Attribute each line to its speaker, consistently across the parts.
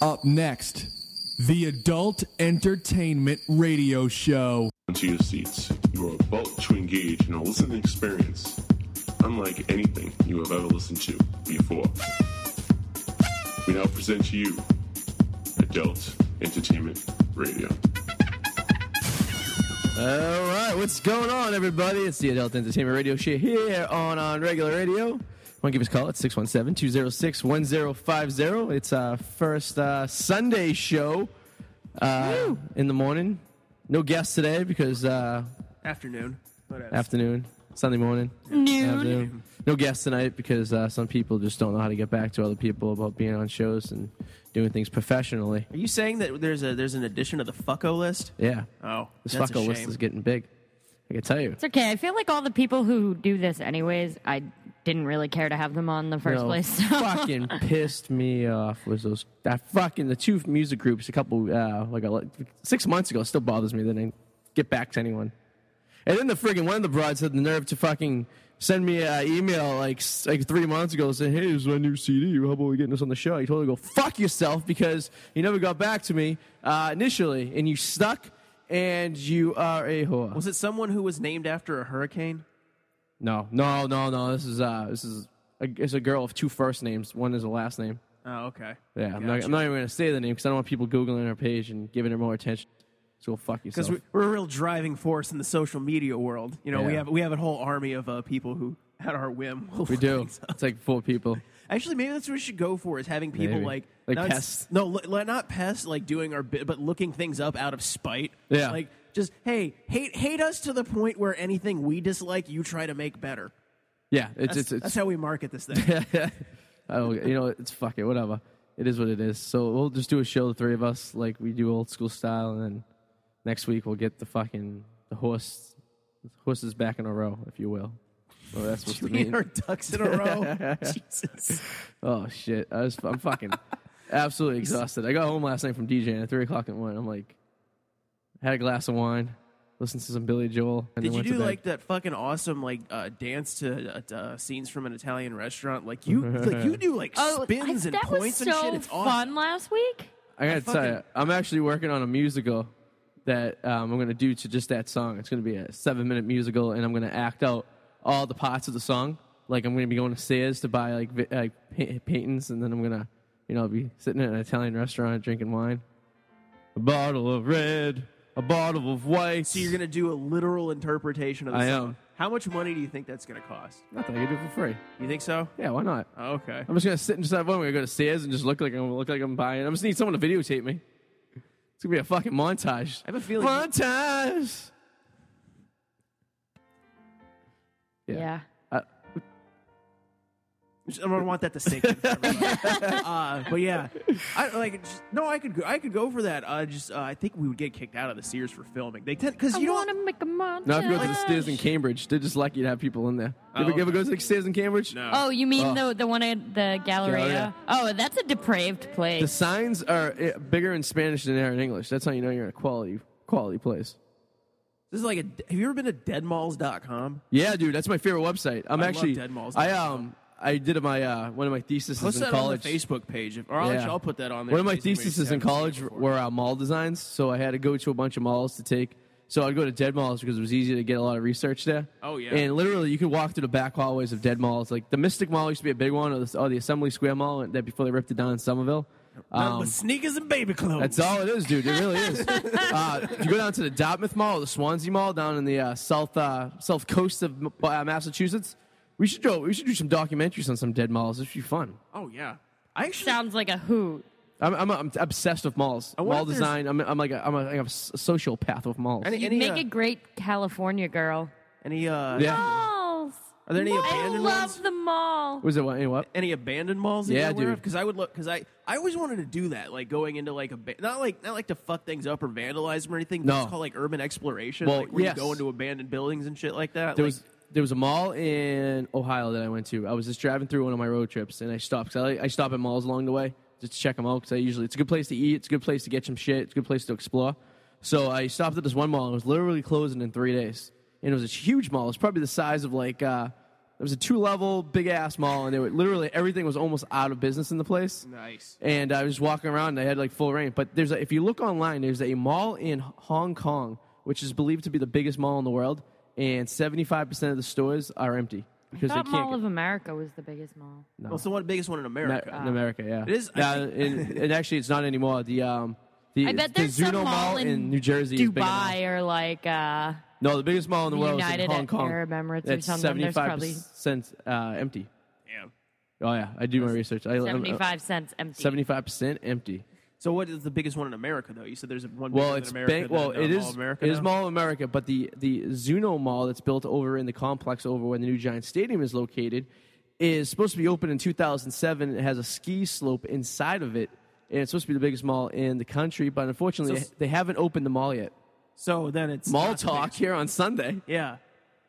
Speaker 1: Up next, the Adult Entertainment Radio Show.
Speaker 2: Into your seats. You are about to engage in a listening experience unlike anything you have ever listened to before. We now present to you Adult Entertainment Radio.
Speaker 3: All right, what's going on, everybody? It's the Adult Entertainment Radio Show here on On Regular Radio. Want to give us a call at 617-206-1050. It's our first uh, Sunday show uh, in the morning. No guests today because uh,
Speaker 4: Afternoon. Whatever.
Speaker 3: afternoon, Sunday morning. Afternoon. No guests tonight because uh, some people just don't know how to get back to other people about being on shows and doing things professionally.
Speaker 4: Are you saying that there's a there's an addition to the fucko list?
Speaker 3: Yeah.
Speaker 4: Oh,
Speaker 3: This
Speaker 4: that's a
Speaker 3: fucko list
Speaker 4: shame.
Speaker 3: is getting big. I can tell you.
Speaker 5: It's okay. I feel like all the people who do this, anyways, I didn't really care to have them on in the first
Speaker 3: No,
Speaker 5: place. so.
Speaker 3: fucking pissed me off was those that fucking the two music groups a couple uh, like a, six months ago still bothers me that I didn't get back to anyone. And then the friggin' one of the broads had the nerve to fucking send me an email like s- like three months ago saying, "Hey, this is my new CD. How about we getting this on the show?" I told her, "Go fuck yourself," because you never got back to me uh, initially, and you stuck, and you are a whore.
Speaker 4: Was it someone who was named after a hurricane?
Speaker 3: No, no, no, no. This is uh, this is a, it's a girl of two first names. One is a last name.
Speaker 4: Oh, okay.
Speaker 3: Yeah, I'm not, I'm not even going to say the name because I don't want people Googling her page and giving her more attention. So go fuck yourself.
Speaker 4: because we, we're a real driving force in the social media world. You know, we
Speaker 3: Yeah.
Speaker 4: have we have a whole army of uh, people who, at our whim, will
Speaker 3: We do.
Speaker 4: find
Speaker 3: It's like four people.
Speaker 4: Actually, maybe that's what we should go for: is having people
Speaker 3: Maybe.
Speaker 4: like
Speaker 3: Like
Speaker 4: not,
Speaker 3: pests.
Speaker 4: No, li- li- not pests. Like doing our bit, but looking things up out of spite.
Speaker 3: Yeah.
Speaker 4: Like just hey, hate hate us to the point where anything we dislike, you try to make better.
Speaker 3: Yeah, it's
Speaker 4: That's,
Speaker 3: it's, it's
Speaker 4: that's how we market this thing.
Speaker 3: oh, you know it's fuck it, whatever. It is what it is. So we'll just do a show, the three of us, like we do old school style, and then next week we'll get the fucking the horse horses back in a row, if you will. Oh, that's supposed to
Speaker 4: Me and
Speaker 3: mean.
Speaker 4: our ducks in a row. Jesus.
Speaker 3: Oh shit, I was I'm fucking absolutely exhausted. I got home last night from DJing at three o'clock in the morning. I'm like, had a glass of wine, listened to some Billy Joel. And then
Speaker 4: Did you
Speaker 3: went to
Speaker 4: do
Speaker 3: bed.
Speaker 4: like that fucking awesome like uh, dance to uh, uh, scenes from an Italian restaurant? Like you, like you do like
Speaker 5: Oh,
Speaker 4: spins
Speaker 5: I-
Speaker 4: and
Speaker 5: that
Speaker 4: points
Speaker 5: was
Speaker 4: and
Speaker 5: so
Speaker 4: shit. It's
Speaker 5: fun
Speaker 4: awesome.
Speaker 5: last week.
Speaker 3: I gotta
Speaker 4: fucking-
Speaker 3: tell you, I'm actually working on a musical that um, I'm gonna do to just that song. It's gonna be a seven minute musical, and I'm gonna act out all the parts of the song. Like I'm gonna be going to Sears to buy like vi- like pa- paintings, and then I'm gonna, you know, be sitting in an Italian restaurant drinking wine. A bottle of red, a bottle of white.
Speaker 4: So you're gonna do a literal interpretation of the
Speaker 3: I
Speaker 4: song.
Speaker 3: am.
Speaker 4: How much money do you think that's gonna cost?
Speaker 3: nothing. I can do it for free.
Speaker 4: You think so?
Speaker 3: Yeah, why not?
Speaker 4: Oh, okay.
Speaker 3: I'm just gonna sit inside one. I'm gonna go to Sears and just look like I'm look like I'm buying. I just need someone to videotape me. It's gonna be a fucking montage.
Speaker 4: I have a feeling-
Speaker 3: montage. Yeah.
Speaker 5: Yeah.
Speaker 3: Uh,
Speaker 4: I don't want that to sink in. For everybody. uh, but yeah, I like. Just, no, I could. Go, I could go for that. Uh, just uh, I think we would get kicked out of the Sears for filming. They tend because
Speaker 5: I
Speaker 4: you don't.
Speaker 5: want to make a montage.
Speaker 3: Now if you go to the Sears in Cambridge, they're just lucky to have people in there. You
Speaker 4: Oh,
Speaker 3: ever, you ever
Speaker 4: okay.
Speaker 3: go to the Sears in Cambridge?
Speaker 4: No.
Speaker 5: Oh, you mean the the one at the Galleria?
Speaker 3: Galleria.
Speaker 5: Oh, that's a depraved
Speaker 3: The
Speaker 5: place.
Speaker 3: signs are eh, bigger in Spanish than they are in English. That's how you know you're in a quality quality place.
Speaker 4: This is like a. Have you ever been to deadmalls.com?
Speaker 3: Yeah, dude, that's my favorite website. I'm
Speaker 4: I love
Speaker 3: actually
Speaker 4: Dead Malls.
Speaker 3: I um I did my uh, one of my theses
Speaker 4: Post
Speaker 3: in
Speaker 4: that
Speaker 3: college.
Speaker 4: on the Facebook page, if- or I'll,
Speaker 3: Yeah.
Speaker 4: actually, I'll put that on there.
Speaker 3: One of my
Speaker 4: in case anybody's
Speaker 3: theses in
Speaker 4: haven't seen it
Speaker 3: college
Speaker 4: before.
Speaker 3: were uh, mall designs, so I had to go to a bunch of malls to take. So I'd go to dead malls because it was easy to get a lot of research there.
Speaker 4: Oh, yeah.
Speaker 3: And literally, you could walk through the back hallways of dead malls. Like the Mystic Mall used to be a big one, or the, or the Assembly Square Mall and that before they ripped it down in Somerville. Um,
Speaker 4: Nothing but sneakers and baby clothes.
Speaker 3: That's all it is, dude. It really is. uh, if you go down to the Dartmouth Mall or the Swansea Mall down in the uh, south uh, south coast of M- uh, Massachusetts, we should go. We should do some documentaries on some dead malls. It should be fun.
Speaker 4: Oh yeah, I actually
Speaker 5: Sounds like a hoot.
Speaker 3: I'm, I'm, I'm obsessed with malls.
Speaker 4: wonder
Speaker 3: Mall
Speaker 4: if there's-
Speaker 3: design. I'm, I'm like a, I'm a, I'm a s- sociopath with malls.
Speaker 4: any
Speaker 5: You
Speaker 4: any,
Speaker 5: make
Speaker 4: uh,
Speaker 5: a great California girl.
Speaker 4: any uh
Speaker 3: yeah.
Speaker 5: Malls.
Speaker 4: Are there any abandoned
Speaker 5: I love
Speaker 4: ones?
Speaker 5: the mall.
Speaker 3: Was it what? Any what?
Speaker 4: any abandoned malls? That
Speaker 3: Yeah,
Speaker 4: you're aware
Speaker 3: dude.
Speaker 4: Because I would look because I I always wanted to do that, like going into like a ba- not like not like to fuck things up or vandalize them or anything. But
Speaker 3: No.
Speaker 4: it's called like urban exploration.
Speaker 3: Well,
Speaker 4: like, where
Speaker 3: yes.
Speaker 4: you go into abandoned buildings and shit like that.
Speaker 3: There
Speaker 4: like,
Speaker 3: was there was a mall in Ohio that I went to. I was just driving through one of my road trips and I stopped. 'cause I, I stop at malls along the way just to check them out because I usually it's a good place to eat. It's a good place to get some shit. It's a good place to explore. So I stopped at this one mall and it was literally closing in three days. And it was a huge mall. It's probably the size of like uh, It was a two level big ass mall, and they were literally everything was almost out of business in the place.
Speaker 4: Nice.
Speaker 3: And I was walking around, and I had like full rain. But there's a, if you look online, there's a mall in Hong Kong, which is believed to be the biggest mall in the world, and 75 percent of the stores are empty because
Speaker 5: I
Speaker 3: they
Speaker 5: thought
Speaker 3: can't.
Speaker 5: Mall of America was the biggest mall.
Speaker 4: Well, it's the one biggest one in America.
Speaker 3: Ma- in America, yeah.
Speaker 4: It is- I
Speaker 3: Yeah, and, and actually, it's not anymore. The um, the,
Speaker 5: I bet
Speaker 3: the
Speaker 5: there's some
Speaker 3: Zuno
Speaker 5: mall in,
Speaker 3: New Jersey, is bigger than all-
Speaker 5: Dubai or like uh,
Speaker 3: No, the biggest mall in the world is in
Speaker 5: United
Speaker 3: Hong Kong.
Speaker 5: Arab Emirates or
Speaker 3: That's
Speaker 5: something. There's
Speaker 3: Seventy-five
Speaker 5: probably-
Speaker 3: percent uh, empty.
Speaker 4: Damn.
Speaker 3: Oh yeah, I do my research. I,
Speaker 4: uh,
Speaker 5: 75 cents empty.
Speaker 3: Seventy-five percent empty.
Speaker 4: So what is the biggest one in America though? You said there's one.
Speaker 3: Well,
Speaker 4: bigger
Speaker 3: it's
Speaker 4: than America
Speaker 3: bank. Well,
Speaker 4: than, uh,
Speaker 3: it
Speaker 4: Mall
Speaker 3: is.
Speaker 4: of America
Speaker 3: it is
Speaker 4: now?
Speaker 3: Mall of America, but the the Zuno Mall that's built over in the complex over where the new Giant Stadium is located is supposed to be open in 2007. It has a ski slope inside of it, and it's supposed to be the biggest mall in the country. But unfortunately,
Speaker 4: So-
Speaker 3: they haven't opened the mall yet.
Speaker 4: So then it's
Speaker 3: Mall
Speaker 4: not the
Speaker 3: talk
Speaker 4: biggest-
Speaker 3: here on Sunday.
Speaker 4: Yeah.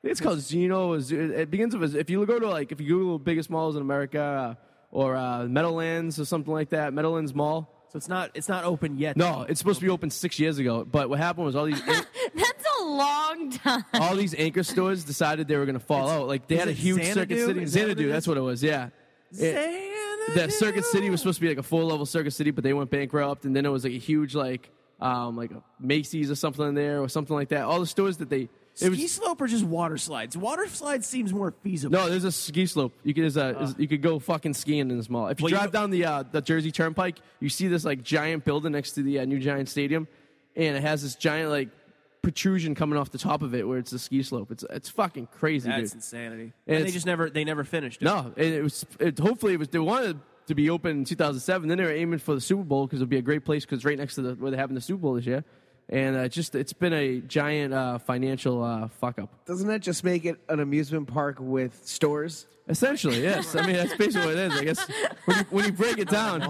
Speaker 3: It's called Zeno. It begins with if you go to like if you Google biggest malls in America uh, or uh, Meadowlands or something like that, Meadowlands Mall.
Speaker 4: So it's not it's not open yet.
Speaker 3: No, it's supposed to be open six years ago. But what happened was all these
Speaker 5: That's a long time.
Speaker 3: all these anchor stores decided they were going to fall out. Like they
Speaker 4: is
Speaker 3: had a
Speaker 4: it
Speaker 3: huge
Speaker 4: Xanadu?
Speaker 3: Circuit City,
Speaker 4: Is that what it
Speaker 3: Xanadu.
Speaker 4: is?
Speaker 3: That's what it was. Yeah. It-
Speaker 4: Xanadu.
Speaker 3: that Circuit City was supposed to be like a full level Circuit City, but they went bankrupt, and then it was like a huge like um like a Macy's or something in there or something like that. All the stores that they it was
Speaker 4: ski slope or just water slides. Water slides seems more feasible.
Speaker 3: No, there's a ski slope. You could there's a, is- you could go fucking skiing in this mall. If you
Speaker 4: Uh. Well, you
Speaker 3: drive
Speaker 4: know-
Speaker 3: down the uh, the Jersey Turnpike, you see this like giant building next to the uh, new Giant Stadium, and it has this giant like protrusion coming off the top of it where it's a ski slope. It's it's fucking crazy,
Speaker 4: that's
Speaker 3: dude.
Speaker 4: insanity.
Speaker 3: And
Speaker 4: And, they
Speaker 3: it's-
Speaker 4: just never they never finished it.
Speaker 3: No, and it was it, hopefully it was they wanted to be open in 2007. Then they were aiming for the Super Bowl because it'd be a great place because right next to the where they're having the Super Bowl this year. And uh, just it's been a giant uh, financial uh, fuck up.
Speaker 6: Doesn't that just make it an amusement park with stores?
Speaker 3: Essentially, yes. I mean, that's basically what it is. I guess when you, when you break it down,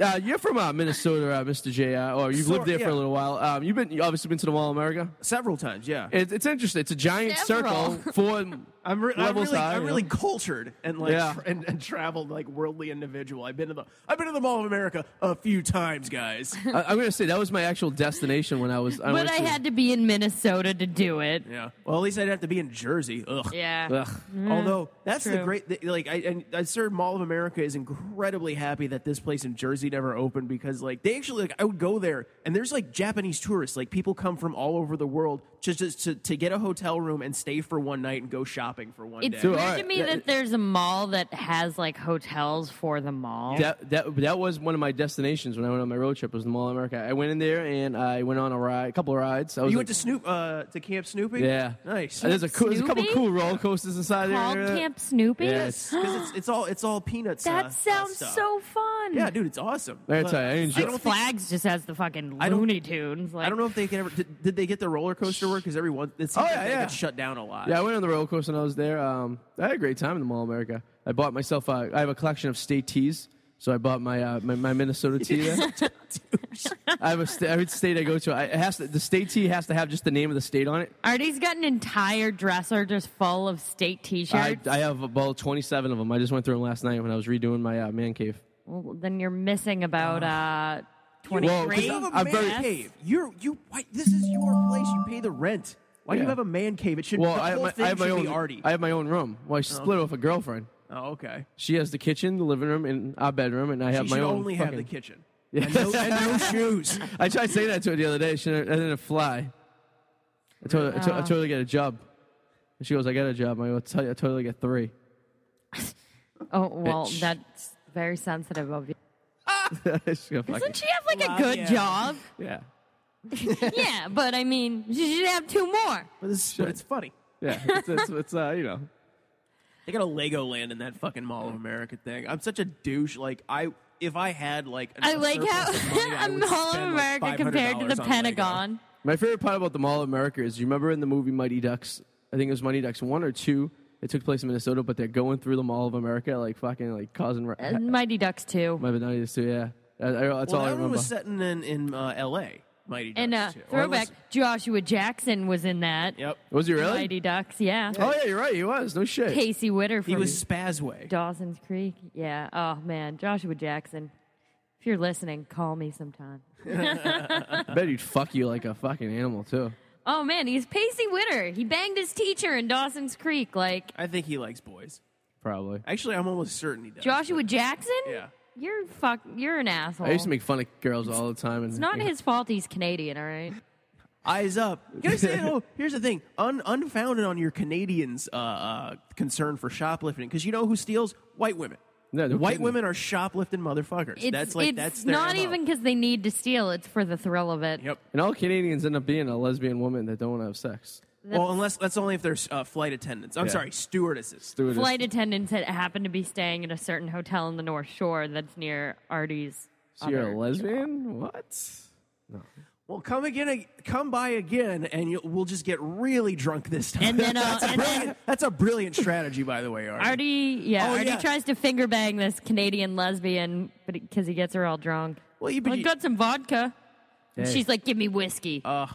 Speaker 3: uh, you're from uh, Minnesota, uh, Mr. J, uh, or you've
Speaker 4: Sort-
Speaker 3: lived there for
Speaker 4: yeah.
Speaker 3: a little while. Um, you've been you obviously been to the Mall of America.
Speaker 4: Several times, yeah.
Speaker 3: It, it's interesting. It's a giant
Speaker 5: Several.
Speaker 3: circle, four
Speaker 4: I'm, re- I'm
Speaker 3: levels
Speaker 4: really,
Speaker 3: high.
Speaker 4: I'm
Speaker 3: you
Speaker 4: really
Speaker 3: know?
Speaker 4: cultured and like
Speaker 3: Yeah.
Speaker 4: tr and, and traveled like worldly individual. I've been to the I've been to the Mall of America a few times, guys.
Speaker 3: I, I'm gonna say that was my actual destination when I was. I
Speaker 5: But
Speaker 3: went
Speaker 5: I
Speaker 3: to-
Speaker 5: had to be in Minnesota to do it.
Speaker 4: yeah. Well, at least I'd have to be in Jersey. Ugh.
Speaker 5: Yeah.
Speaker 3: Ugh.
Speaker 4: Although that's the
Speaker 5: true.
Speaker 4: great th- like I and I served Mall of America is incredibly happy that this place in Jersey never opened because like they actually like I would go there and there's like Japanese tourists like people come from all over the world just just to, to get a hotel room and stay for one night and go shopping for one
Speaker 5: It's
Speaker 4: day.
Speaker 5: weird
Speaker 3: alright.
Speaker 5: to me
Speaker 3: Yeah,
Speaker 5: that
Speaker 3: it-
Speaker 5: there's a mall that has like hotels for the mall.
Speaker 3: That, that that was one of my destinations when I went on my road trip. Was the Mall of America? I went in there and I went on a ride, a couple of rides. I was
Speaker 4: You
Speaker 3: like-
Speaker 4: went to Snoop uh to Camp Snoopy?
Speaker 3: yeah,
Speaker 4: Nice.
Speaker 3: And There's a cool, there's a couple
Speaker 5: Snoopy?
Speaker 3: cool roller coasters inside
Speaker 5: Called
Speaker 3: there.
Speaker 5: Camp Snoopy.
Speaker 3: Yeah,
Speaker 4: Yes, 'cause it's, it's all it's all peanuts. uh,
Speaker 5: that
Speaker 4: uh,
Speaker 5: sounds
Speaker 4: stuff.
Speaker 5: so fun.
Speaker 4: Yeah, dude, it's awesome.
Speaker 3: Let me
Speaker 4: But
Speaker 3: tell you, I enjoy-
Speaker 4: don't
Speaker 5: Six
Speaker 4: think-
Speaker 5: Flags just has the fucking
Speaker 4: I don't-
Speaker 5: Looney Tunes. Like,
Speaker 4: I don't know if they can ever did, did they get the roller coaster work because everyone it seems
Speaker 3: Oh,
Speaker 4: like
Speaker 3: yeah,
Speaker 4: they
Speaker 3: yeah.
Speaker 4: got shut down a lot.
Speaker 3: Yeah, I went on the roller coaster when I was there. Um, I had a great time in the Mall of America. I bought myself. Uh, I have a collection of state teas, so I bought my uh, my, my Minnesota tea. There. I have a st- every state I go to. I, it has to, the state tea has to have just the name of the state on it.
Speaker 5: Artie's got an entire dresser just full of state
Speaker 3: I,
Speaker 5: T-shirts.
Speaker 3: I have about twenty seven of them. I just went through them last night when I was redoing my uh, man cave.
Speaker 5: well, then you're missing about uh,
Speaker 3: Well,
Speaker 5: 23.
Speaker 4: You have a
Speaker 3: I'm
Speaker 4: man
Speaker 3: very-
Speaker 4: cave. You're you. Why, this is your place. You pay the rent. Why do
Speaker 3: Yeah.
Speaker 4: you have a man cave? It should.
Speaker 3: Well,
Speaker 4: the
Speaker 3: I, have
Speaker 4: whole
Speaker 3: my,
Speaker 4: thing
Speaker 3: I have my
Speaker 4: should
Speaker 3: own.
Speaker 4: be Artie.
Speaker 3: I have my own room. Well, I split off a girlfriend.
Speaker 4: oh, okay.
Speaker 3: She has the kitchen, the living room, and our bedroom, and I have
Speaker 4: She
Speaker 3: my
Speaker 4: should
Speaker 3: own.
Speaker 4: only
Speaker 3: fucking,
Speaker 4: have the kitchen. And no, and no shoes.
Speaker 3: I tried saying that to her the other day. She I didn't fly. I told her, I, to,
Speaker 4: Uh.
Speaker 3: I told her to get a job. And she goes, I got a job. I go, tell you, I totally get three.
Speaker 5: oh well,
Speaker 3: Bitch.
Speaker 5: that's very sensitive of you.
Speaker 3: She's gonna fucking-
Speaker 5: Doesn't she have like
Speaker 4: Well,
Speaker 5: a good
Speaker 4: yeah.
Speaker 5: job?
Speaker 3: yeah.
Speaker 5: yeah, but I mean, she should have two more.
Speaker 4: But, this, but it's funny.
Speaker 3: Yeah. It's, it's, it's, uh, you know.
Speaker 4: They got a Legoland in that fucking Mall of America thing. I'm such a douche. Like I, if I had like, an-
Speaker 5: I
Speaker 4: a
Speaker 5: like
Speaker 4: surplus
Speaker 5: how
Speaker 4: of money, I
Speaker 5: I'm
Speaker 4: would
Speaker 5: all of
Speaker 4: spend,
Speaker 5: America
Speaker 4: like,
Speaker 5: compared
Speaker 4: $500
Speaker 5: to
Speaker 4: on
Speaker 5: the
Speaker 4: Lego.
Speaker 5: Pentagon.
Speaker 3: My favorite part about the Mall of America is you remember in the movie Mighty Ducks? I think it was Mighty Ducks 1 or 2. It took place in Minnesota, but they're going through the Mall of America, like fucking, like causing. Ra-
Speaker 5: And Uh, Mighty Ducks too.
Speaker 3: Might have been 92, yeah. I, I, that's
Speaker 4: Well,
Speaker 3: all I
Speaker 4: that one
Speaker 3: remember.
Speaker 4: was set in in, in uh, L.A. Mighty Ducks.
Speaker 5: And uh,
Speaker 4: too. Or
Speaker 5: throwback,
Speaker 4: unless-
Speaker 5: Joshua Jackson was in that.
Speaker 4: Yep.
Speaker 3: Was he really?
Speaker 5: Mighty Ducks, yeah.
Speaker 3: Oh, yeah, you're right. He was. No shit.
Speaker 5: Casey Witter from
Speaker 4: He was Spazway.
Speaker 5: Dawson's Creek. Yeah. Oh man, Joshua Jackson. If you're listening, call me sometime.
Speaker 3: I bet he'd fuck you like a fucking animal, too.
Speaker 5: Oh man, he's Pacey Winner. He banged his teacher in Dawson's Creek. Like
Speaker 4: I think he likes boys.
Speaker 3: Probably.
Speaker 4: Actually, I'm almost certain he does.
Speaker 5: Joshua Jackson.
Speaker 4: Yeah.
Speaker 5: You're fuck. You're an asshole.
Speaker 3: I used to make fun of girls all the time. And
Speaker 5: it's not his fault. He's Canadian. All right.
Speaker 4: Eyes up. Can I say, oh, here's the thing. Un- unfounded on your Canadians' uh, uh, concern for shoplifting, because you know who steals? White women.
Speaker 3: No, no
Speaker 4: White
Speaker 3: kidding.
Speaker 4: women are shoplifting motherfuckers.
Speaker 5: It's,
Speaker 4: that's like
Speaker 5: it's
Speaker 4: that's their
Speaker 5: not
Speaker 4: MO.
Speaker 5: even because they need to steal. It's for the thrill of it.
Speaker 4: Yep.
Speaker 3: And all Canadians end up being a lesbian woman that don't want to have sex.
Speaker 4: Well, unless that's only if they're uh, flight attendants. I'm sorry, stewardesses.
Speaker 3: Stewardess.
Speaker 5: Flight attendants that happen to be staying at a certain hotel in the North Shore that's near Artie's.
Speaker 3: So you're
Speaker 5: other-
Speaker 3: a lesbian? What?
Speaker 4: Well, come again, come by again, and you, we'll just get really drunk this time.
Speaker 5: And then, uh,
Speaker 4: that's,
Speaker 5: and
Speaker 4: brilliant.
Speaker 5: then-
Speaker 4: that's a brilliant strategy, by the way, Artie.
Speaker 5: Artie, yeah,
Speaker 4: Oh,
Speaker 5: Artie
Speaker 4: yeah.
Speaker 5: tries to finger bang this Canadian lesbian, but because he gets her all drunk.
Speaker 4: Well, you,
Speaker 5: I
Speaker 4: but you,
Speaker 5: got some vodka. And
Speaker 3: Hey.
Speaker 5: She's like, "Give me whiskey."
Speaker 4: Oh.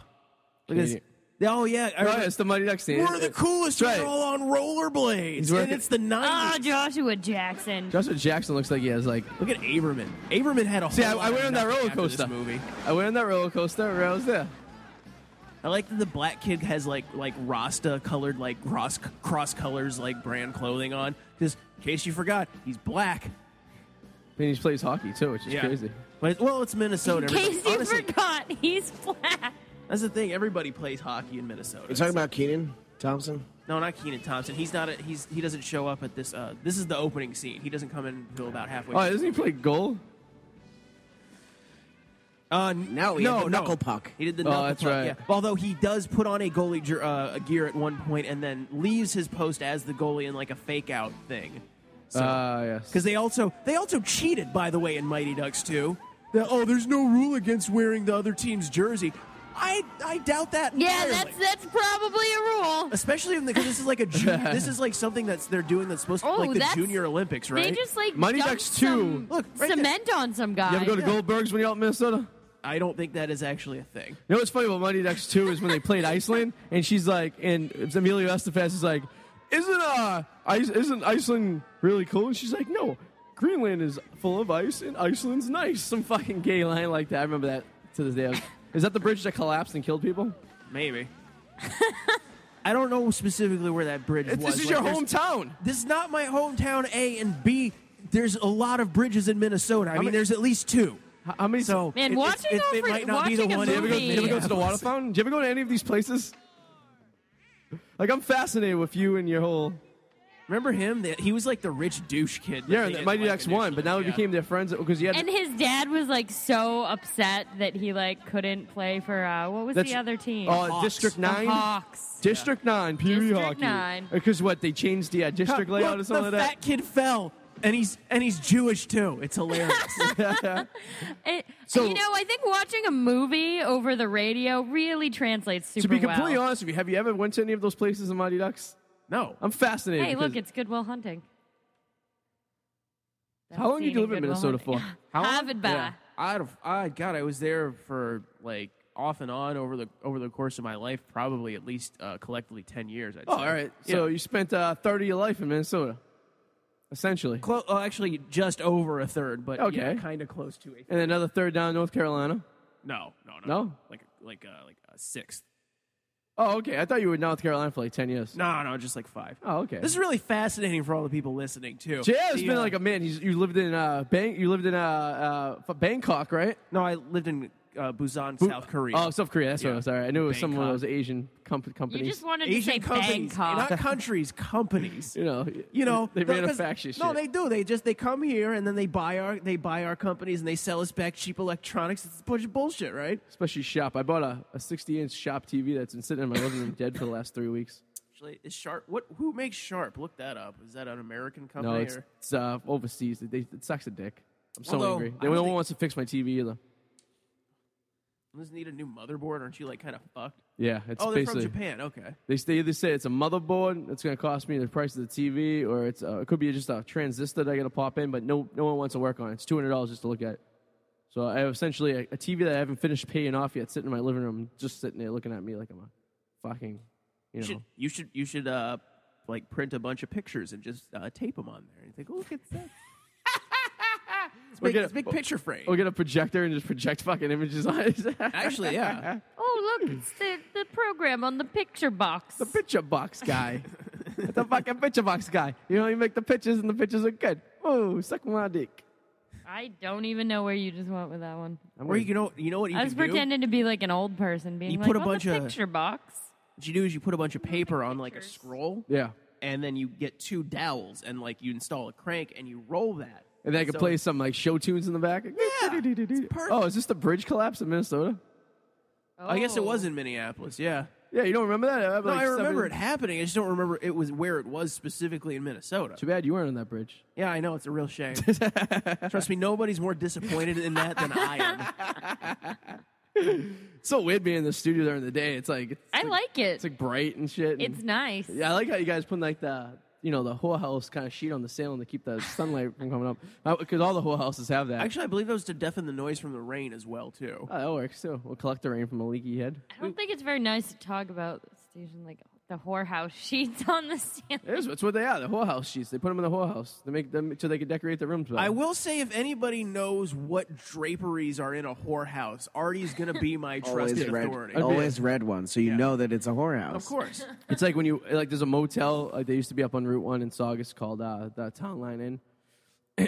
Speaker 4: look at this. Oh yeah, I
Speaker 3: Oh, yeah,
Speaker 4: remember-
Speaker 3: it's the Mighty Ducks team.
Speaker 4: we're the coolest.
Speaker 3: That's
Speaker 4: We're
Speaker 3: right.
Speaker 4: all on rollerblades,
Speaker 3: working-
Speaker 4: and it's the
Speaker 5: Ah,
Speaker 4: nineties.
Speaker 5: Joshua Jackson.
Speaker 3: Joshua Jackson looks like he has like.
Speaker 4: Look at Averman. Averman had a.
Speaker 3: See, I,
Speaker 4: whole
Speaker 3: I
Speaker 4: lot
Speaker 3: went
Speaker 4: of
Speaker 3: on that
Speaker 4: nothing
Speaker 3: roller
Speaker 4: after this
Speaker 3: coaster.
Speaker 4: movie.
Speaker 3: I went on that roller coaster. Where I was there.
Speaker 4: I like that the black kid has like like Rasta colored like cross cross colors like brand clothing on. Because in case you forgot, he's black.
Speaker 3: And he plays hockey too, which is crazy.
Speaker 4: But well, it's Minnesota.
Speaker 5: In case
Speaker 4: everybody-
Speaker 5: you
Speaker 4: Honestly,
Speaker 5: forgot, he's black.
Speaker 4: that's the thing. Everybody plays hockey in Minnesota.
Speaker 6: You're talking about Keenan Thompson?
Speaker 4: No, not Keenan Thompson. He's not. A, he's he doesn't show up at this. Uh, this is the opening scene. He doesn't come in until about halfway.
Speaker 3: Oh, doesn't he play goal?
Speaker 4: Uh, no,
Speaker 6: he had the knuckle puck.
Speaker 4: He did the
Speaker 3: Oh,
Speaker 4: knuckle
Speaker 3: that's
Speaker 4: puck.
Speaker 3: right.
Speaker 4: Yeah. Although he does put on a goalie jer- uh, gear at one point and then leaves his post as the goalie in like a fake out thing. So,
Speaker 6: Uh,
Speaker 3: Ah, yes.
Speaker 4: Because they also they also cheated, by the way, in Mighty Ducks too. The, oh, there's no rule against wearing the other team's jersey. I I doubt that.
Speaker 5: Yeah,
Speaker 4: entirely.
Speaker 5: that's that's probably a rule.
Speaker 4: Especially because this is like a junior, this is like something that's they're doing that's supposed to
Speaker 5: Oh,
Speaker 4: be like the
Speaker 5: that's-
Speaker 4: Junior Olympics, right?
Speaker 5: They just like
Speaker 3: Mighty
Speaker 5: dumped
Speaker 3: Ducks 2.
Speaker 5: some
Speaker 4: Look, right there.
Speaker 5: cement on some guy.
Speaker 3: You ever go to
Speaker 4: yeah.
Speaker 3: Goldberg's when you're out in Minnesota?
Speaker 4: I don't think that is actually a thing.
Speaker 3: You know what's funny about Mighty Ducks 2 is when they played Iceland, and she's like, and Emilio Estefas is like, isn't uh, ice, isn't Iceland really cool? And she's like, no, Greenland is full of ice, and Iceland's nice. Some fucking gay line like that. I remember that to this day. Is that the bridge that collapsed and killed people?
Speaker 4: Maybe. I don't know specifically where that bridge
Speaker 3: It's-
Speaker 4: was.
Speaker 3: this is
Speaker 4: Like,
Speaker 3: your
Speaker 4: there's-
Speaker 3: hometown.
Speaker 4: This is not my hometown. A and B. There's a lot of bridges in Minnesota. I, mean,
Speaker 3: many-
Speaker 4: there's at least two.
Speaker 3: How- How many?
Speaker 4: So
Speaker 5: Man,
Speaker 4: it,
Speaker 5: watching
Speaker 4: it's,
Speaker 5: all
Speaker 4: it, it
Speaker 5: three-
Speaker 4: might not be the
Speaker 5: watching a
Speaker 4: one.
Speaker 3: Do you ever go, do you ever go
Speaker 5: Yeah.
Speaker 3: to the water fountain? Do you ever go to any of these places? Like I'm fascinated with you and your whole
Speaker 4: Remember him? That- He was like the rich douche kid. that
Speaker 3: yeah.
Speaker 4: they
Speaker 3: and
Speaker 4: didn't
Speaker 3: Mighty
Speaker 4: like
Speaker 3: Ducks won, but now we
Speaker 4: initially.
Speaker 3: became their friends because you had
Speaker 5: And his dad was like so upset that he like couldn't play for uh, what was
Speaker 3: That's-
Speaker 5: the other team?
Speaker 3: uh,
Speaker 4: Hawks.
Speaker 3: District
Speaker 5: the
Speaker 3: Nine.
Speaker 5: Hawks.
Speaker 3: District Nine, PB
Speaker 5: District
Speaker 3: hockey.
Speaker 5: nine.
Speaker 3: Because what they changed the uh,
Speaker 4: Huh,
Speaker 3: district
Speaker 4: look,
Speaker 3: layout and some
Speaker 4: the
Speaker 3: of that.
Speaker 4: fat kid fell, and he's and he's Jewish too. It's hilarious.
Speaker 5: It-
Speaker 3: So-
Speaker 5: you know, I think watching a movie over the radio really translates super
Speaker 3: To be
Speaker 5: well.
Speaker 3: completely honest with you, have you ever went to any of those places in Mighty Ducks?
Speaker 4: no,
Speaker 3: I'm fascinated.
Speaker 5: hey, look,
Speaker 3: because-
Speaker 5: it's Goodwill Hunting.
Speaker 3: how long did you
Speaker 5: Seen
Speaker 3: live in
Speaker 5: Good Will
Speaker 3: Minnesota
Speaker 5: Hunting.
Speaker 3: for?
Speaker 4: How long?
Speaker 5: Have it by.
Speaker 4: Yeah. I'd have- I God, I was there for like off and on over the over the course of my life, probably at least uh, collectively ten years. I'd
Speaker 3: Oh,
Speaker 4: say.
Speaker 3: all right.
Speaker 4: Yeah.
Speaker 3: So you spent uh, third of your life in Minnesota, essentially,
Speaker 4: Clo- oh, actually, just over a third, but
Speaker 3: Okay.
Speaker 4: kind of close to a
Speaker 3: and another third down in North Carolina.
Speaker 4: no, no, no,
Speaker 3: No?
Speaker 4: like like uh, like a sixth.
Speaker 3: Oh, okay. I thought you were in North Carolina for like ten years.
Speaker 4: No, no, just like five.
Speaker 3: Oh, okay.
Speaker 4: This is really fascinating for all the people listening too.
Speaker 3: Yeah, it's
Speaker 4: The,
Speaker 3: been
Speaker 4: uh,
Speaker 3: like a man. He's, you lived in uh, Bang, you lived in uh, uh, Bangkok, right?
Speaker 4: no. I lived in uh, Busan, South Korea.
Speaker 3: Oh, South Korea. That's what
Speaker 4: Yeah.
Speaker 3: I was. All right, I knew it was some of
Speaker 4: Bangkok.
Speaker 3: those Asian com-
Speaker 5: You
Speaker 3: companies.
Speaker 5: just wanted
Speaker 4: Asian
Speaker 5: to say
Speaker 4: companies,
Speaker 5: Bangkok.
Speaker 4: not countries, companies.
Speaker 3: you know,
Speaker 4: You know,
Speaker 3: they
Speaker 4: no, 'cause-
Speaker 3: manufacture shit.
Speaker 4: No, they do. They just they come here and then they buy our they buy our companies and they sell us back cheap electronics. It's a bunch of bullshit, right?
Speaker 3: Especially shop. I bought a, a 60 inch shop TV that's been sitting in my living room dead for the last three weeks.
Speaker 4: Actually, is Sharp? What? Who makes Sharp? Look that up. Is that an American company?
Speaker 3: No, it's,
Speaker 4: or?
Speaker 3: it's uh, overseas. They, it sucks a dick. I'm so
Speaker 4: Although,
Speaker 3: angry.
Speaker 4: I
Speaker 3: They
Speaker 4: don't
Speaker 3: no
Speaker 4: think-
Speaker 3: one wants to fix my TV either.
Speaker 4: Doesn't need a new motherboard. Aren't you like kind of fucked?
Speaker 3: Yeah, it's
Speaker 4: Oh, they're from
Speaker 3: basically
Speaker 4: Japan. Okay.
Speaker 3: they they either say it's a motherboard that's going to cost me the price of the TV, or it's uh, it could be just a transistor that I got to pop in, but no no one wants to work on it. It's two hundred dollars just to look at. it. So I have essentially a, a TV that I haven't finished paying off yet, sitting in my living room, just sitting there looking at me like I'm a fucking you
Speaker 4: You
Speaker 3: know.
Speaker 4: should you should you should uh like print a bunch of pictures and just uh, tape them on there and think, oh, look at that. It's big,
Speaker 3: get a-
Speaker 4: it's big picture frame.
Speaker 3: We'll get a projector and just project fucking images on it.
Speaker 4: Actually, yeah.
Speaker 5: oh look, it's the, the program on the picture box.
Speaker 3: The picture box guy. the fucking picture box guy. You know, you make the pictures and the pictures are good. Oh, suck my dick.
Speaker 5: I don't even know where you just went with that one.
Speaker 4: Or you know, you know what you
Speaker 5: I
Speaker 4: can
Speaker 5: was
Speaker 4: do?
Speaker 5: pretending to be like an old person, being
Speaker 4: You
Speaker 5: like,
Speaker 4: put a
Speaker 5: "On the
Speaker 4: bunch of-
Speaker 5: picture box.
Speaker 4: What you do is you put a bunch of paper on like a scroll,
Speaker 3: Yeah.
Speaker 4: and then you get two dowels, and like you install a crank, and you roll that.
Speaker 3: And then I could
Speaker 4: So-
Speaker 3: play some like show tunes in the back. Yeah,
Speaker 4: perfect.
Speaker 3: oh, is this the bridge collapse in Minnesota?
Speaker 4: I guess it
Speaker 5: Oh.
Speaker 4: was in Minneapolis. Yeah.
Speaker 3: Yeah, you don't remember that? have,
Speaker 4: No,
Speaker 3: like,
Speaker 4: I remember
Speaker 3: seven-
Speaker 4: it happening. I just don't remember it was where it was specifically in Minnesota.
Speaker 3: Too bad you weren't on that bridge.
Speaker 4: Yeah, I know it's a real shame. Trust me, nobody's more disappointed in that than I am.
Speaker 3: It's so weird being in the studio during the day. It's like it's,
Speaker 5: I like it.
Speaker 3: it's like bright and shit. and-
Speaker 5: It's nice.
Speaker 3: Yeah, I like how you guys put like the you know the whorehouse kind of sheet on the ceiling to keep the sunlight from coming up because all the whorehouses have that.
Speaker 4: Actually, I believe that was to deafen the noise from the rain as well, too.
Speaker 3: oh, that works too. We'll collect the rain from a leaky head.
Speaker 5: I don't think it's very nice to talk about station like the whorehouse sheets on the uh, ceiling.
Speaker 3: It is. It's what they are. The whorehouse sheets. They put them in the whorehouse. They make them so they can decorate the rooms. better.
Speaker 4: I will say, if anybody knows what draperies are in a whorehouse, Artie's going to be my
Speaker 6: Always
Speaker 4: trusted
Speaker 6: red,
Speaker 4: authority.
Speaker 6: always red one, so you know that it's a whorehouse.
Speaker 4: Of course.
Speaker 3: It's like when you like there's a motel like they used to be up on Route One in Saugus called uh, the Town Line Inn.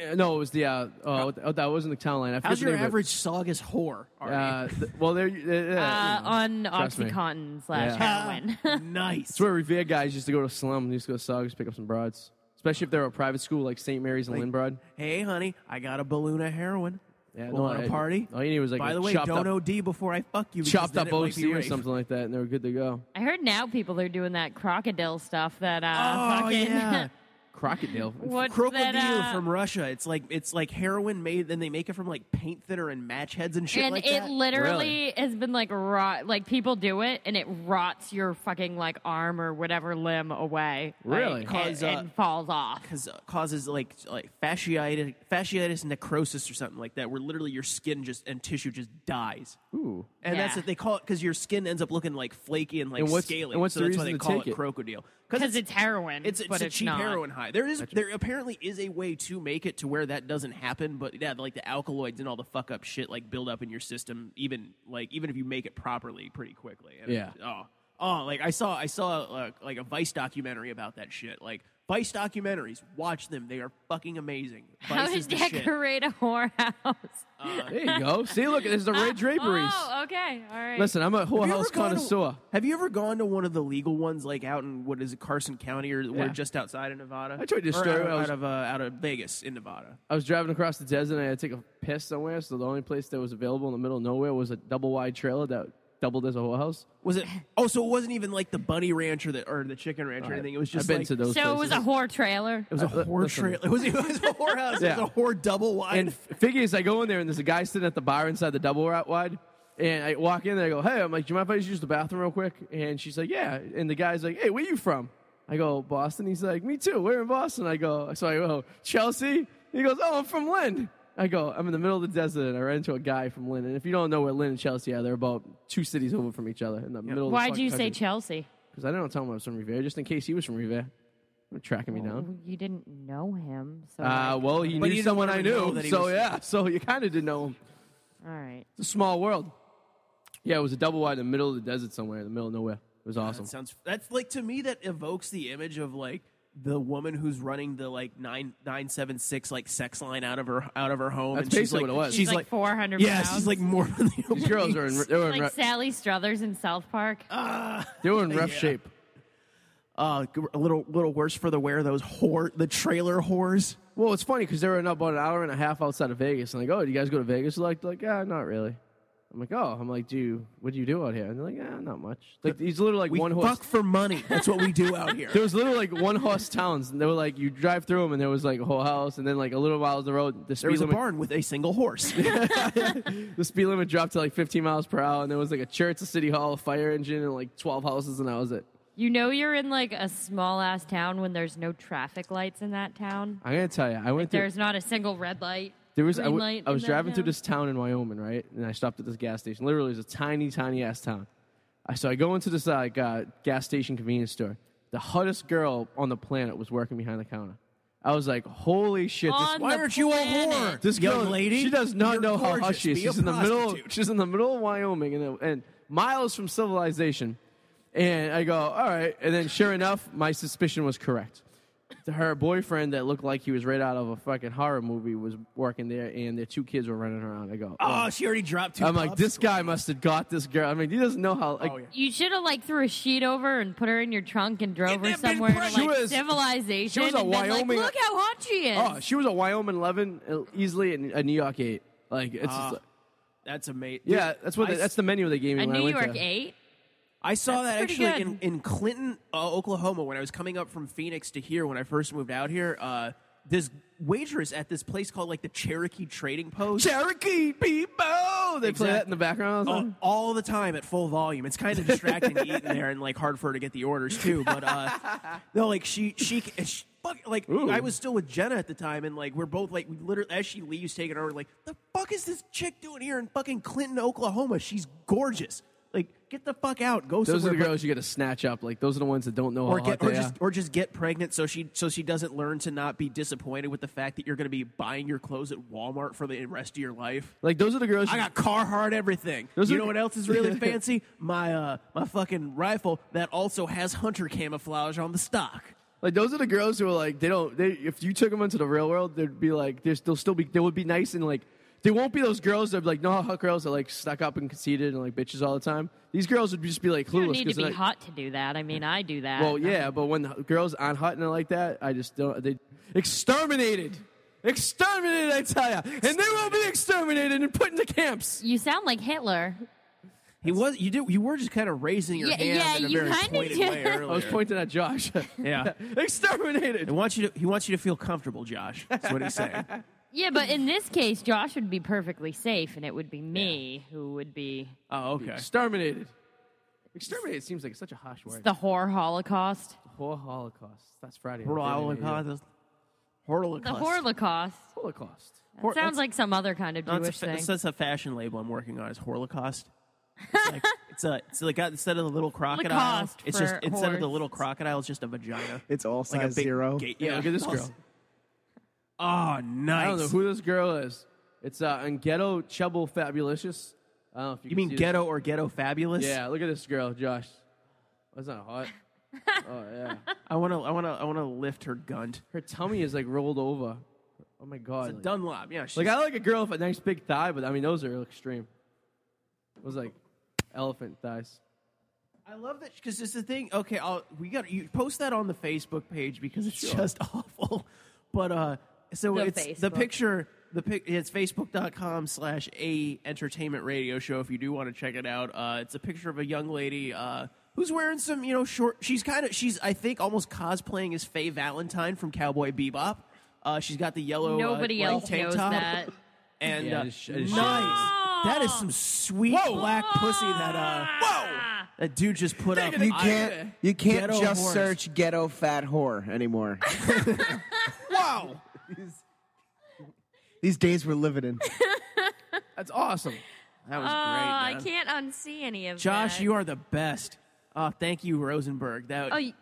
Speaker 3: no, it was the uh, oh, oh, that wasn't the Town Line. I forget
Speaker 4: How's
Speaker 3: the
Speaker 4: your
Speaker 3: name of it.
Speaker 4: average Saugus whore,
Speaker 3: Uh,
Speaker 4: Artie?
Speaker 3: th- well, there. Uh,
Speaker 5: Uh,
Speaker 4: oh.
Speaker 5: on
Speaker 3: Trust me.
Speaker 5: OxyContin slash heroin.
Speaker 4: nice.
Speaker 3: It's where Revere guys used to go to slum. They used to go to Saugus pick up some broads, especially if they were a private school like St. Mary's and Lindbrod.
Speaker 4: Hey, honey, I got a balloon of heroin.
Speaker 3: Yeah,
Speaker 4: Well, on a
Speaker 3: I-
Speaker 4: party?
Speaker 3: All you need was like
Speaker 4: By
Speaker 3: a
Speaker 4: the way,
Speaker 3: chopped
Speaker 4: don't
Speaker 3: up,
Speaker 4: OD before I fuck you. because
Speaker 3: chopped
Speaker 4: then
Speaker 3: up
Speaker 4: it might
Speaker 3: OC
Speaker 4: be
Speaker 3: or
Speaker 4: rape.
Speaker 3: something like that, and they were good to go.
Speaker 5: I heard now people are doing that crocodile stuff that uh,
Speaker 4: Oh,
Speaker 5: fucking
Speaker 4: yeah.
Speaker 3: Crocodile.
Speaker 5: what's that,
Speaker 4: Crocodile
Speaker 5: uh,
Speaker 4: from Russia. It's like it's like heroin made. Then they make it from like paint thinner and match heads and shit
Speaker 5: and
Speaker 4: like
Speaker 5: it
Speaker 4: that.
Speaker 5: literally has been like rot like people do it and it rots your fucking like arm or whatever limb away like,
Speaker 3: Really?
Speaker 5: and,
Speaker 4: Cause, uh,
Speaker 5: and falls off
Speaker 4: Cause, uh, causes like like fasciitis, fasciitis necrosis or something like that, where literally your skin just and tissue just dies.
Speaker 3: Ooh.
Speaker 4: And that's
Speaker 5: Yeah.
Speaker 4: what they call it because your skin ends up looking like flaky and like
Speaker 3: And what's-
Speaker 4: scaly.
Speaker 3: and what's
Speaker 4: so
Speaker 3: the
Speaker 4: that's why
Speaker 3: reason
Speaker 4: they
Speaker 3: to
Speaker 4: call
Speaker 3: take
Speaker 4: it
Speaker 3: it?
Speaker 4: crocodile.
Speaker 5: because it's heroin
Speaker 4: It's, it's
Speaker 5: but
Speaker 4: a
Speaker 5: it's
Speaker 4: cheap
Speaker 5: not.
Speaker 4: heroin high. There is there apparently is a way to make it to where that doesn't happen, but yeah, like the alkaloids and all the fuck up shit like build up in your system, even like even if you make it properly, pretty quickly. And
Speaker 3: Yeah.
Speaker 4: Oh, oh, like I saw I saw uh, like a Vice documentary about that shit. Like Vice documentaries, watch them. They are fucking amazing.
Speaker 5: how
Speaker 4: Vice
Speaker 5: to
Speaker 4: is the shit.
Speaker 5: decorate a whorehouse
Speaker 3: There you go. See, look, there's the red draperies.
Speaker 5: oh okay all right
Speaker 3: Listen, I'm a whole
Speaker 4: Have you ever
Speaker 3: house
Speaker 4: gone to-
Speaker 3: connoisseur.
Speaker 4: have you ever gone to one of the legal ones, like out in what is it, Carson County, or we're
Speaker 3: Yeah.
Speaker 4: just outside of Nevada?
Speaker 3: I tried to
Speaker 4: Or
Speaker 3: stir-
Speaker 4: out,
Speaker 3: I was-
Speaker 4: out of uh, out of Vegas in Nevada.
Speaker 3: I was driving across the desert and I had to take a piss somewhere, so the only place that was available in the middle of nowhere was a double wide trailer that doubled as a whole house.
Speaker 4: Was it? Oh, so it wasn't even like the bunny ranch or the or the chicken ranch or anything. It was just
Speaker 3: I've been
Speaker 4: like,
Speaker 3: to those
Speaker 5: so it was a
Speaker 3: places.
Speaker 5: whore trailer
Speaker 4: It was a whore
Speaker 3: listen.
Speaker 4: trailer. It was, it was a whorehouse. It
Speaker 3: Yeah.
Speaker 4: was a whore double wide.
Speaker 3: And f- figures, I go in there and there's a guy sitting at the bar inside the double rat wide. And I walk in and I go, hey, I'm like, do you mind if I just use the bathroom real quick? And she's like, yeah. And the guy's like, hey, where you from? I go, Boston. He's like, me too. Where in Boston? I go, so I go, Chelsea? He goes, oh, I'm from Lynn. I go, I'm in the middle of the desert and I ran into a guy from Lynn. And if you don't know where Lynn and Chelsea are, they're about two cities over from each other in the middle of the
Speaker 5: why'd you say chelsea
Speaker 3: Because I didn't tell him I was from Revere, just in case he was from Revere. They were Tracking me down.
Speaker 5: Oh, you didn't know him so
Speaker 3: Uh,
Speaker 5: like,
Speaker 3: well, he
Speaker 4: But you
Speaker 3: knew
Speaker 4: didn't
Speaker 3: someone
Speaker 4: let
Speaker 3: I
Speaker 4: him know
Speaker 3: knew.
Speaker 4: that he
Speaker 3: So,
Speaker 4: was-
Speaker 3: yeah. So you kind of did know him.
Speaker 5: all right
Speaker 3: It's a small world. Yeah, it was a double wide in the middle of the desert somewhere, in the middle of nowhere. It was awesome.
Speaker 4: that sounds. That's like to me that evokes the image of like the woman who's running the like nine nine seven six like sex line out of her out of her home.
Speaker 3: That's
Speaker 4: and she's
Speaker 3: basically
Speaker 4: like,
Speaker 3: what it was.
Speaker 4: She's
Speaker 5: like,
Speaker 4: like,
Speaker 5: 400
Speaker 4: yeah,
Speaker 5: pounds.
Speaker 4: she's like more than the
Speaker 3: These girls are in, they were in,
Speaker 5: like
Speaker 3: rough-
Speaker 5: Sally Struthers in South Park.
Speaker 3: they were in rough shape.
Speaker 4: uh, g- a little little worse for the wear. Those whore the trailer whores.
Speaker 3: Well, it's funny because they were in about an hour and a half outside of Vegas. And like, oh, do you guys go to Vegas? They're like, like, yeah, not really. I'm like, oh, I'm like, do you, what do you do out here? And they're like, yeah, not much. Like, these little like
Speaker 4: We
Speaker 3: one horse.
Speaker 4: fuck for money. That's what we do out here.
Speaker 3: There was literally like one horse towns, and they were like, you drive through them, and there was like a whole house, and then like a little while down the road, the speed
Speaker 4: There was a
Speaker 3: limit
Speaker 4: barn with a single horse.
Speaker 3: the speed limit dropped to like 15 miles per hour, and there was like a church, a city hall, a fire engine, and like 12 houses, and that was it.
Speaker 5: You know you're in like a small ass town when there's no traffic lights in that town.
Speaker 3: I'm gonna tell you, I went through.
Speaker 5: There's not a single red light.
Speaker 3: There was I,
Speaker 5: green
Speaker 3: w-
Speaker 5: light
Speaker 3: I was
Speaker 5: in that
Speaker 3: driving through
Speaker 5: town.
Speaker 3: this town in Wyoming, right? And I stopped at this gas station. Literally, it was a tiny, tiny ass town. I, so I go into this like uh, gas station convenience store. The hottest girl on the planet was working behind the counter. I was like, "Holy shit! this-
Speaker 5: On
Speaker 4: Why
Speaker 5: the
Speaker 4: aren't you a whore?
Speaker 5: planet.
Speaker 3: This
Speaker 4: young
Speaker 3: girl,
Speaker 4: lady,
Speaker 3: she does not
Speaker 4: You're
Speaker 3: know how
Speaker 4: gorgeous.
Speaker 3: hot she is.
Speaker 4: Be a
Speaker 3: She's in the middle.
Speaker 4: prostitute.
Speaker 3: She's in the middle of Wyoming, and, and miles from civilization. And I go, all right. And then sure enough, my suspicion was correct. Her boyfriend that looked like he was right out of a fucking horror movie was working there, and their two kids were running around. I go,
Speaker 7: Oh, she already dropped two.
Speaker 3: I'm like,
Speaker 7: pops?
Speaker 3: this guy must have got this girl. I mean, he doesn't know how. Like,
Speaker 7: Oh, yeah.
Speaker 5: You should have like threw a sheet over and put her in your trunk and drove
Speaker 7: Get
Speaker 5: her
Speaker 7: that bitch
Speaker 5: somewhere to like
Speaker 7: pregnant.
Speaker 3: She was-
Speaker 5: civilization.
Speaker 3: she was a
Speaker 5: and been
Speaker 3: Wyoming-
Speaker 5: Like, Look how hot she is.
Speaker 3: oh, she was a Wyoming 11 uh, easily and a New York 8. Like, it's
Speaker 7: Ah.
Speaker 3: just, like-
Speaker 4: That's amazing.
Speaker 3: yeah, that's what
Speaker 4: Uh, I
Speaker 3: they, that's the menu they gave me
Speaker 5: a
Speaker 3: when I
Speaker 5: New
Speaker 3: went
Speaker 5: York
Speaker 3: to.
Speaker 5: eight.
Speaker 4: I saw
Speaker 5: That's
Speaker 4: that
Speaker 5: pretty
Speaker 4: actually in,
Speaker 5: good.
Speaker 4: in Clinton, uh, Oklahoma, when I was coming up from Phoenix to here when I first moved out here. Uh, this waitress at this place called like the Cherokee Trading Post.
Speaker 3: Cherokee people. They play
Speaker 4: Exact-
Speaker 3: that in the background. all the
Speaker 4: all,
Speaker 3: time?
Speaker 4: all the time at full volume. It's kind of distracting to eat in there and like hard for her to get the orders too. But uh, no, like she she, she fuck, like I was still with Jenna at the time, and like we're both like we literally as she leaves taking over, like the fuck is this chick doing here in fucking Clinton, Oklahoma? She's gorgeous. Like get the fuck out, go
Speaker 3: Those are
Speaker 4: somewhere.
Speaker 3: the girls you got to snatch up. Like those are the ones that don't know
Speaker 4: or
Speaker 3: how
Speaker 4: get
Speaker 3: hot
Speaker 4: or
Speaker 3: they
Speaker 4: just
Speaker 3: are.
Speaker 4: or just get pregnant so she so she doesn't learn to not be disappointed with the fact that you're going to be buying your clothes at Walmart for the rest of your life.
Speaker 3: Like those are the girls.
Speaker 4: I
Speaker 3: you-
Speaker 4: got Carhartt everything.
Speaker 3: Those
Speaker 4: you
Speaker 3: are-
Speaker 4: know what else is really fancy? My uh, my fucking rifle that also has hunter camouflage on the stock.
Speaker 3: like those are the girls who are like they don't. They, if you took them into the real world, they'd be like they're- they'll still be they would be nice and like they won't be those girls that are like no how hot girls that like stuck up and conceited and like bitches all the time. These girls would just be like
Speaker 5: You don't
Speaker 3: clueless.
Speaker 5: need to
Speaker 3: 'cause
Speaker 5: be
Speaker 3: they're like,
Speaker 5: hot to do that. I mean, I do that. Um,
Speaker 3: Well, yeah, but when the girls aren't hot and they're like that, I just don't. They exterminated, exterminated. I tell ya, and they will be exterminated and put into camps.
Speaker 5: You sound like Hitler.
Speaker 4: He was you did you were just kind of raising your
Speaker 5: Yeah,
Speaker 4: hand
Speaker 5: yeah,
Speaker 4: in a
Speaker 5: you
Speaker 4: very
Speaker 5: kinda
Speaker 4: pointed
Speaker 5: did.
Speaker 4: way
Speaker 5: I
Speaker 4: earlier.
Speaker 3: I was pointing at Josh.
Speaker 4: yeah.
Speaker 3: Exterminated.
Speaker 4: He wants you to he wants you to feel comfortable, Josh. That's what he's saying.
Speaker 5: Yeah, but in this case, Josh would be perfectly safe, and it would be me who would be
Speaker 4: oh, okay.
Speaker 3: Exterminated. Exterminated seems like such a harsh word.
Speaker 5: the whore Holocaust.
Speaker 3: Whole Holocaust. That's Friday.
Speaker 4: Holocaust.
Speaker 5: The
Speaker 4: Holocaust.
Speaker 5: Holocaust.
Speaker 3: Holocaust.
Speaker 4: Hor-
Speaker 5: Sounds
Speaker 4: that's-
Speaker 5: like some other kind of
Speaker 4: no, it's a
Speaker 5: Jewish
Speaker 4: fa-
Speaker 5: thing.
Speaker 4: that's, that's a fashion label I'm working on. It's Holocaust. It's like it's a it's like a, instead of the little crocodile,
Speaker 5: Holocaust
Speaker 4: it's just
Speaker 5: for
Speaker 4: instead of the
Speaker 5: horse.
Speaker 4: little crocodile, it's just a vagina.
Speaker 6: It's all size
Speaker 4: like a big
Speaker 6: zero.
Speaker 4: gate-
Speaker 3: Uh, Yeah, look at this
Speaker 4: Oh,
Speaker 3: girl.
Speaker 4: Oh, nice.
Speaker 3: I don't know who this girl is. It's uh, Ghetto Chubble Fabulicious. I don't know if you,
Speaker 4: you
Speaker 3: can
Speaker 4: mean
Speaker 3: see this.
Speaker 4: ghetto or ghetto fabulous?
Speaker 3: Yeah, look at this girl, Josh. That's not hot. oh yeah,
Speaker 4: I want to. I want to. I want to lift her gunt.
Speaker 3: her tummy is like rolled over. Oh my god.
Speaker 4: It's a
Speaker 3: like-
Speaker 4: Dunlop. Yeah. She's,
Speaker 3: Like I like a girl with a nice big thigh, but I mean those are extreme. It was like elephant thighs.
Speaker 4: I love that because it's the thing. Okay, I'll, we got you post that on the Facebook page because it's just awful. But uh, so
Speaker 5: The
Speaker 4: it's the
Speaker 5: Facebook.
Speaker 4: picture. The pic. It's facebook.com slash a entertainment radio show. If you do want to check it out, uh, it's a picture of a young lady uh, who's wearing some you know short. She's kind of she's I think almost cosplaying as Faye Valentine from Cowboy Bebop. Uh, she's got the yellow. uh,
Speaker 5: Nobody
Speaker 4: like,
Speaker 5: else
Speaker 4: tank
Speaker 5: knows
Speaker 4: top.
Speaker 5: that.
Speaker 4: And
Speaker 3: Yeah,
Speaker 4: uh,
Speaker 3: I just- I just-
Speaker 4: nice. That is some sweet black pussy that uh that dude just put up.
Speaker 6: You
Speaker 4: I-
Speaker 6: can't. You can't
Speaker 4: Ghetto
Speaker 6: just
Speaker 4: whores.
Speaker 6: search "ghetto fat whore" anymore.
Speaker 4: Wow.
Speaker 6: These days we're living in.
Speaker 3: That's awesome.
Speaker 4: That was
Speaker 5: Oh,
Speaker 4: great.
Speaker 5: I
Speaker 4: Man.
Speaker 5: can't unsee any of that.
Speaker 4: Josh, you are the best. Oh, thank you, Rosenberg. That
Speaker 5: Oh, y-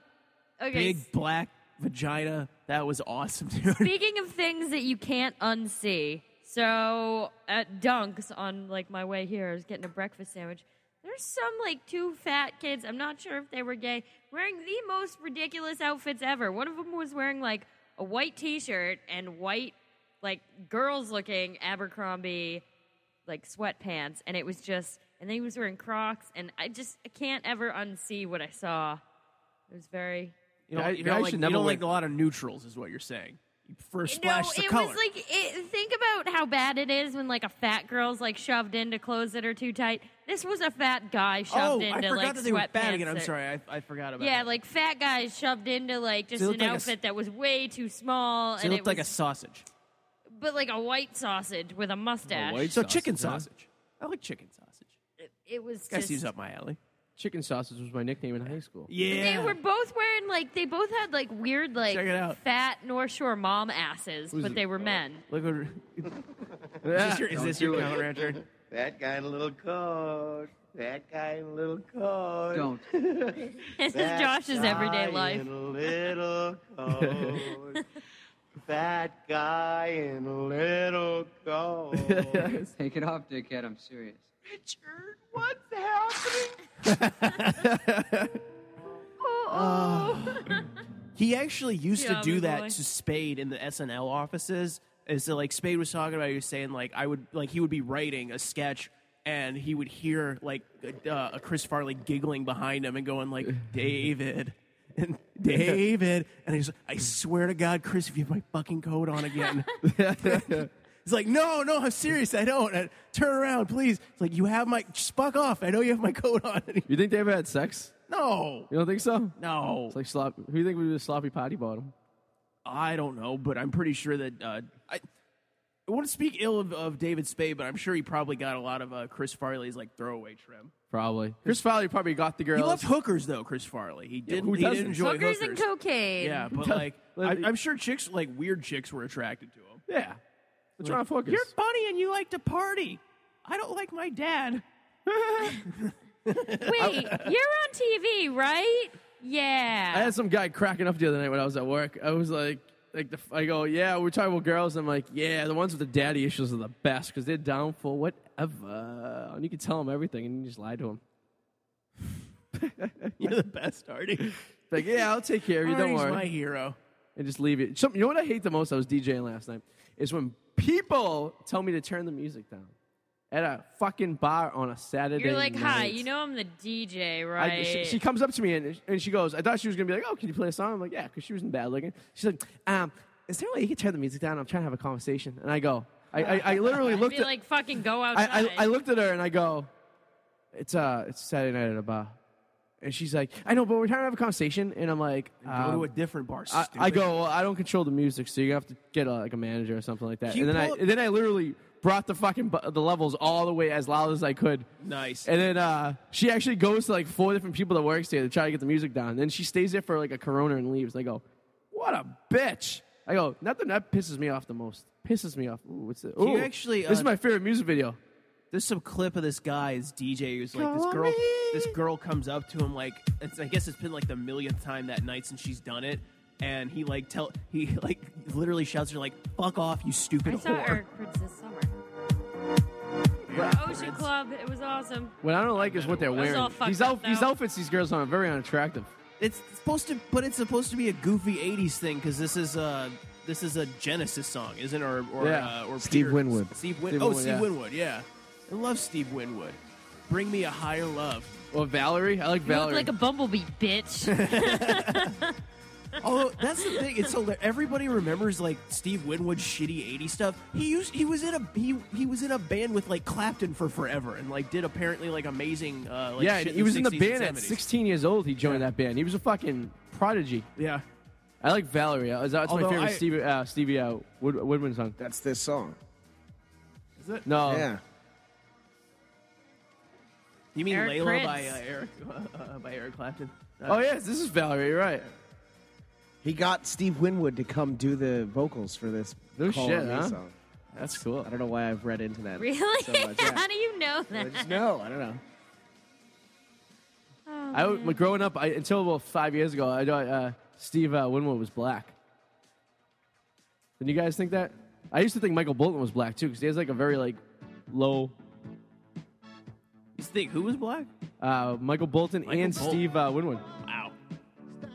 Speaker 5: okay.
Speaker 4: big black vagina. That was awesome, dude.
Speaker 5: Speaking of things that you can't unsee, so at Dunk's on like my way here, I was getting a breakfast sandwich. There's some like two fat kids. I'm not sure if they were gay, wearing the most ridiculous outfits ever. One of them was wearing like a white T-shirt and white like girls-looking Abercrombie like sweatpants, and it was just. And then he was wearing Crocs, and I just I can't ever unsee what I saw. It was very
Speaker 4: You don't,
Speaker 3: I-
Speaker 4: you
Speaker 3: I
Speaker 4: don't, like,
Speaker 3: should
Speaker 4: you
Speaker 3: never
Speaker 4: don't
Speaker 3: wear-
Speaker 4: like a lot of neutrals, is what you're saying. You first splash
Speaker 5: no,
Speaker 4: the
Speaker 5: it
Speaker 4: color.
Speaker 5: was like it, think about how bad it is when like a fat girl's like shoved into clothes that are too tight. This was a fat guy shoved
Speaker 4: oh,
Speaker 5: into
Speaker 4: I forgot
Speaker 5: like
Speaker 4: that they were fat
Speaker 5: sweatpants
Speaker 4: again. I'm
Speaker 5: that-
Speaker 4: sorry, I, I forgot about.
Speaker 5: Yeah,
Speaker 4: that.
Speaker 5: like fat guys shoved into like just
Speaker 4: They
Speaker 5: an
Speaker 4: looked like a s-
Speaker 5: outfit that was way too small,
Speaker 4: So it
Speaker 5: and
Speaker 4: looked
Speaker 5: it
Speaker 4: like a
Speaker 5: was,
Speaker 4: sausage.
Speaker 5: but like a white sausage with a mustache.
Speaker 3: white-
Speaker 4: So chicken
Speaker 3: Sausage, huh?
Speaker 4: sausage. I like chicken sausage.
Speaker 5: It, it was
Speaker 4: Guy
Speaker 5: just.
Speaker 4: seems up my alley.
Speaker 3: Chicken sausage was my nickname in high school.
Speaker 4: Yeah.
Speaker 5: They were both wearing like they both had like weird like
Speaker 4: Check it out.
Speaker 5: fat North Shore mom asses, but
Speaker 3: it-
Speaker 5: they were men.
Speaker 4: Look what. Is this your, is this your counter answer?
Speaker 8: That guy in a little coat. That guy in a little coat.
Speaker 6: Don't.
Speaker 5: This is
Speaker 8: That
Speaker 5: Josh's everyday
Speaker 8: guy
Speaker 5: life. Oh,
Speaker 8: In a little
Speaker 4: Oh.
Speaker 8: coat. that guy in a little coat.
Speaker 6: Take it off, dickhead. I'm serious.
Speaker 8: Richard, what's happening?
Speaker 5: oh.
Speaker 4: Ah. He actually used
Speaker 5: Yeah,
Speaker 4: to do
Speaker 5: big
Speaker 4: that
Speaker 5: boy.
Speaker 4: to Spade in the SNL offices. Is that like Spade was talking about? He was saying like I would like he would be writing a sketch and he would hear like uh, a Chris Farley giggling behind him and going like David and David and he's like, I swear to God, Chris, if you have my fucking coat on again. It's like, no, no, I'm serious. I don't. I- turn around, please. It's like, you have my, just fuck off. I know you have my coat on. And he-
Speaker 3: You think they ever had sex?
Speaker 4: no,
Speaker 3: You don't think so?
Speaker 4: no.
Speaker 3: It's like slop. Who do you think would be a sloppy potty bottom?
Speaker 4: I don't know, but I'm pretty sure that uh, I, I wouldn't speak ill of, of David Spade, but I'm sure he probably got a lot of uh, Chris Farley's like throwaway trim.
Speaker 3: Probably. Chris Farley probably got the girls.
Speaker 4: He loved hookers though, Chris Farley. He did.
Speaker 3: who
Speaker 4: he did
Speaker 3: doesn't?
Speaker 4: enjoy
Speaker 5: Hookers
Speaker 4: hookers.
Speaker 5: and cocaine.
Speaker 4: yeah, but like, I, I'm sure chicks like weird chicks were attracted to him.
Speaker 3: yeah. What's wrong with hookers?
Speaker 4: You're funny and you like to party. I don't like my dad.
Speaker 5: Wait, you're on TV, right?
Speaker 3: I
Speaker 5: Yeah.
Speaker 3: had some guy cracking up the other night when I was at work. I was like, like the, I go, yeah, we're talking about girls. I'm like, yeah, the ones with the daddy issues are the best because they're down for whatever, and you can tell them everything, and you just lie to them.
Speaker 4: You're the best, Artie.
Speaker 3: Like, yeah, I'll take care of you. Don't
Speaker 4: Artie's
Speaker 3: worry,
Speaker 4: my hero.
Speaker 3: and just leave it. Some, you know what I hate the most? I was DJing last night. Is when people tell me to turn the music down at a fucking bar on a Saturday.
Speaker 5: You're like, hi,
Speaker 3: night.
Speaker 5: you know I'm the DJ,
Speaker 3: I-
Speaker 5: right?
Speaker 3: she, she comes up to me and, and she goes, I thought she was going to be like, oh, can you play a song? I'm like, yeah, because she was in bad looking. She's like, um, is there a way you can turn the music down? I'm trying to have a conversation. And I go, I, I, I literally
Speaker 5: I'd
Speaker 3: looked
Speaker 5: be
Speaker 3: at,
Speaker 5: like, fucking go outside.
Speaker 3: I, I, I looked at her and I go, it's, uh, it's Saturday night at a bar. And she's like, I know, but we're trying to have a conversation. And I'm like,
Speaker 4: Go to
Speaker 3: um,
Speaker 4: a different bar.
Speaker 3: I, I
Speaker 4: stupid.
Speaker 3: go, well, I don't control the music, so you have to get a, like a manager or something like that.
Speaker 4: Can you
Speaker 3: And then I,
Speaker 4: pull up-
Speaker 3: and then I literally brought the fucking bu- the levels all the way as loud as I could.
Speaker 4: Nice.
Speaker 3: And then uh, she actually goes to like four different people that works there to try to get the music down. Then she stays there for like a Corona and leaves. And I go, what a bitch. I go, nothing that pisses me off the most. Pisses me off. Ooh, what's it?
Speaker 4: you
Speaker 3: Ooh,
Speaker 4: actually,
Speaker 3: this
Speaker 4: uh,
Speaker 3: is my favorite music video.
Speaker 4: There's some clip of this guy, this DJ, who's like this girl. This girl comes up to him like it's, I guess it's been like the millionth time that night since she's done it, and he like tell he like literally shouts her like "fuck off, you stupid
Speaker 5: I saw
Speaker 4: whore."
Speaker 5: Eric Prince this summer. Ocean Club. It was awesome.
Speaker 3: What I don't like is what they're
Speaker 5: was all
Speaker 3: wearing.
Speaker 5: fucked
Speaker 3: These,
Speaker 5: up,
Speaker 3: outf- these
Speaker 5: though.
Speaker 3: outfits these girls on are very unattractive.
Speaker 4: It's supposed to, but it's supposed to be a goofy '80s thing because this is a this is a Genesis song, isn't it? Or or
Speaker 3: Yeah.
Speaker 4: uh, or
Speaker 6: Steve
Speaker 4: Peter-
Speaker 6: Winwood.
Speaker 4: Steve, Win-
Speaker 3: Steve
Speaker 4: oh,
Speaker 3: Winwood,
Speaker 4: Steve
Speaker 3: yeah.
Speaker 4: Winwood. Yeah, I love Steve Winwood. Bring me a higher love.
Speaker 3: Or Valerie. I like
Speaker 5: You look
Speaker 3: Valerie.
Speaker 5: like a bumblebee, bitch.
Speaker 4: Although Oh, that's the thing, it's hilarious. everybody remembers like Steve Winwood's shitty '80s stuff. He used he was in a he he was in a band with like Clapton for forever, and like did apparently like amazing. Uh, like
Speaker 3: yeah,
Speaker 4: shit
Speaker 3: and he was in the
Speaker 4: 60s and
Speaker 3: band at
Speaker 4: 70s.
Speaker 3: 16 years old. He joined that band. He was a fucking prodigy.
Speaker 4: Yeah,
Speaker 3: I like Valerie. That's that's my
Speaker 4: Although
Speaker 3: favorite
Speaker 4: I-
Speaker 3: Stevie, uh, Stevie uh, Wood, Woodman song.
Speaker 6: That's this song.
Speaker 3: No,
Speaker 4: Oh.
Speaker 6: yeah.
Speaker 4: you mean
Speaker 5: Eric
Speaker 4: Layla
Speaker 5: Prince.
Speaker 4: by uh, Eric uh, by Eric Clapton? Uh,
Speaker 3: Oh yes, this is Valerie, you're right?
Speaker 6: He got Steve Winwood to come do the vocals for this.
Speaker 3: No
Speaker 6: Call
Speaker 3: shit,
Speaker 6: on Me
Speaker 3: huh?
Speaker 6: song.
Speaker 3: That's cool.
Speaker 6: I don't know why I've read into that.
Speaker 5: really?
Speaker 6: So much, yeah.
Speaker 5: How do you know
Speaker 6: I
Speaker 5: that?
Speaker 6: just know. I don't know.
Speaker 3: I would- like, growing up I, until about five years ago. I know uh, Steve uh, Winwood was black. Did you guys think that? I used to think Michael Bolton was black too because he has like a very like low.
Speaker 4: you think who was black?
Speaker 3: Uh, Michael Bolton
Speaker 4: Michael
Speaker 3: and
Speaker 4: Bolton.
Speaker 3: Steve uh, Winwood.
Speaker 4: Wow,
Speaker 3: C-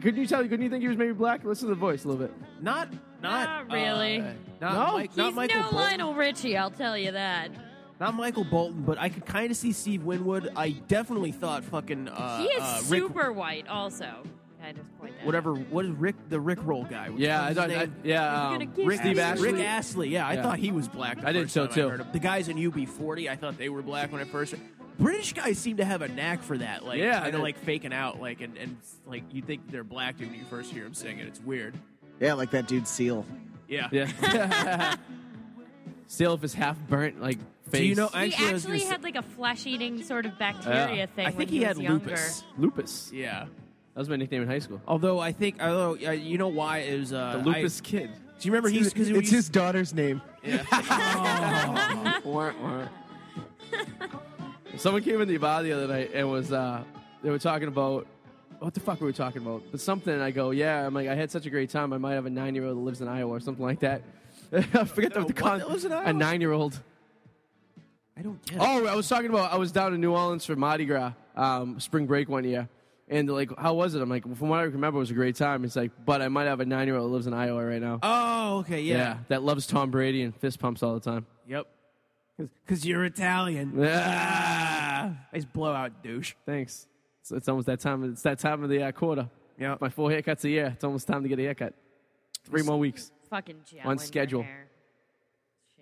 Speaker 3: Couldn't you tell? Couldn't you think he was maybe black? Listen to the voice a little bit.
Speaker 4: not not
Speaker 5: Not really.
Speaker 4: uh, not,
Speaker 3: No?
Speaker 4: Mike, not
Speaker 5: He's
Speaker 4: Michael
Speaker 5: no
Speaker 4: Bolton.
Speaker 5: Lionel Richie, I'll tell you that.
Speaker 4: Not Michael Bolton, but I could kind of see Steve Winwood. I definitely thought fucking uh,
Speaker 5: He is
Speaker 4: uh, Rick,
Speaker 5: super white, also. Can I just point that. out?
Speaker 4: whatever. What is Rick the Rick Roll guy? What's
Speaker 3: Yeah, I
Speaker 4: his
Speaker 3: thought.
Speaker 4: name?
Speaker 3: I, yeah,
Speaker 5: He's
Speaker 3: um,
Speaker 5: gonna give
Speaker 3: Rick
Speaker 5: Rick-
Speaker 3: Steve
Speaker 5: Astley.
Speaker 3: Ashley.
Speaker 4: Rick Astley, yeah, I
Speaker 3: Yeah.
Speaker 4: thought he was black. the
Speaker 3: I did
Speaker 4: first
Speaker 3: so,
Speaker 4: time
Speaker 3: too.
Speaker 4: heard of him. The guys in UB40, I thought they were black when I first. British guys seem to have a knack for that, like
Speaker 3: Yeah, I
Speaker 4: kind of
Speaker 3: did.
Speaker 4: like faking out, like and, and like you think they're black dude when you first hear them sing it. It's weird.
Speaker 6: Yeah, like that dude Seal.
Speaker 4: Yeah.
Speaker 3: Yeah. Still, if it's half burnt, like face.
Speaker 4: Do you know?
Speaker 5: He
Speaker 4: Actually, I was gonna
Speaker 5: actually
Speaker 4: say-
Speaker 5: had like a flesh eating sort of bacteria
Speaker 3: Yeah.
Speaker 5: thing.
Speaker 4: I
Speaker 5: when
Speaker 4: think
Speaker 5: he,
Speaker 4: he, had
Speaker 5: was younger.
Speaker 4: lupus.
Speaker 3: lupus? That
Speaker 4: Yeah.
Speaker 3: was my nickname in high school.
Speaker 4: Although I think, although uh, you know why it was uh,
Speaker 3: The lupus
Speaker 4: I,
Speaker 3: kid.
Speaker 4: do you remember he's because
Speaker 6: it's his daughter's name.
Speaker 4: Oh.
Speaker 3: Someone came in the bar the other night and was uh, they were talking about what the fuck were we talking about? But something. And I go, yeah. I'm like, I had such a great time. I might have a nine year old that lives in Iowa or something like that. I forget the,
Speaker 4: Uh,
Speaker 3: the
Speaker 4: what?
Speaker 3: con-
Speaker 4: That lives in
Speaker 3: A
Speaker 4: Iowa?
Speaker 3: nine year old.
Speaker 4: I I don't get it.
Speaker 3: Oh, I was talking about I was down in New Orleans for Mardi Gras um, spring break one year, and they're like, how was it? I'm like, from what I remember, it was a great time. It's like, but I might have a nine year old that lives in Iowa right now.
Speaker 4: Oh, okay, yeah.
Speaker 3: that loves Tom Brady and fist pumps all the time.
Speaker 4: Yep. Because you're Italian.
Speaker 3: Ah,
Speaker 4: Nice blowout douche.
Speaker 3: thanks. It's, it's almost that time. It's that time of the uh, quarter.
Speaker 4: Yep.
Speaker 3: My four haircuts a year. It's almost time to get a haircut. Three more weeks.
Speaker 5: Fucking Joe
Speaker 3: On
Speaker 5: and your
Speaker 3: schedule.
Speaker 5: hair.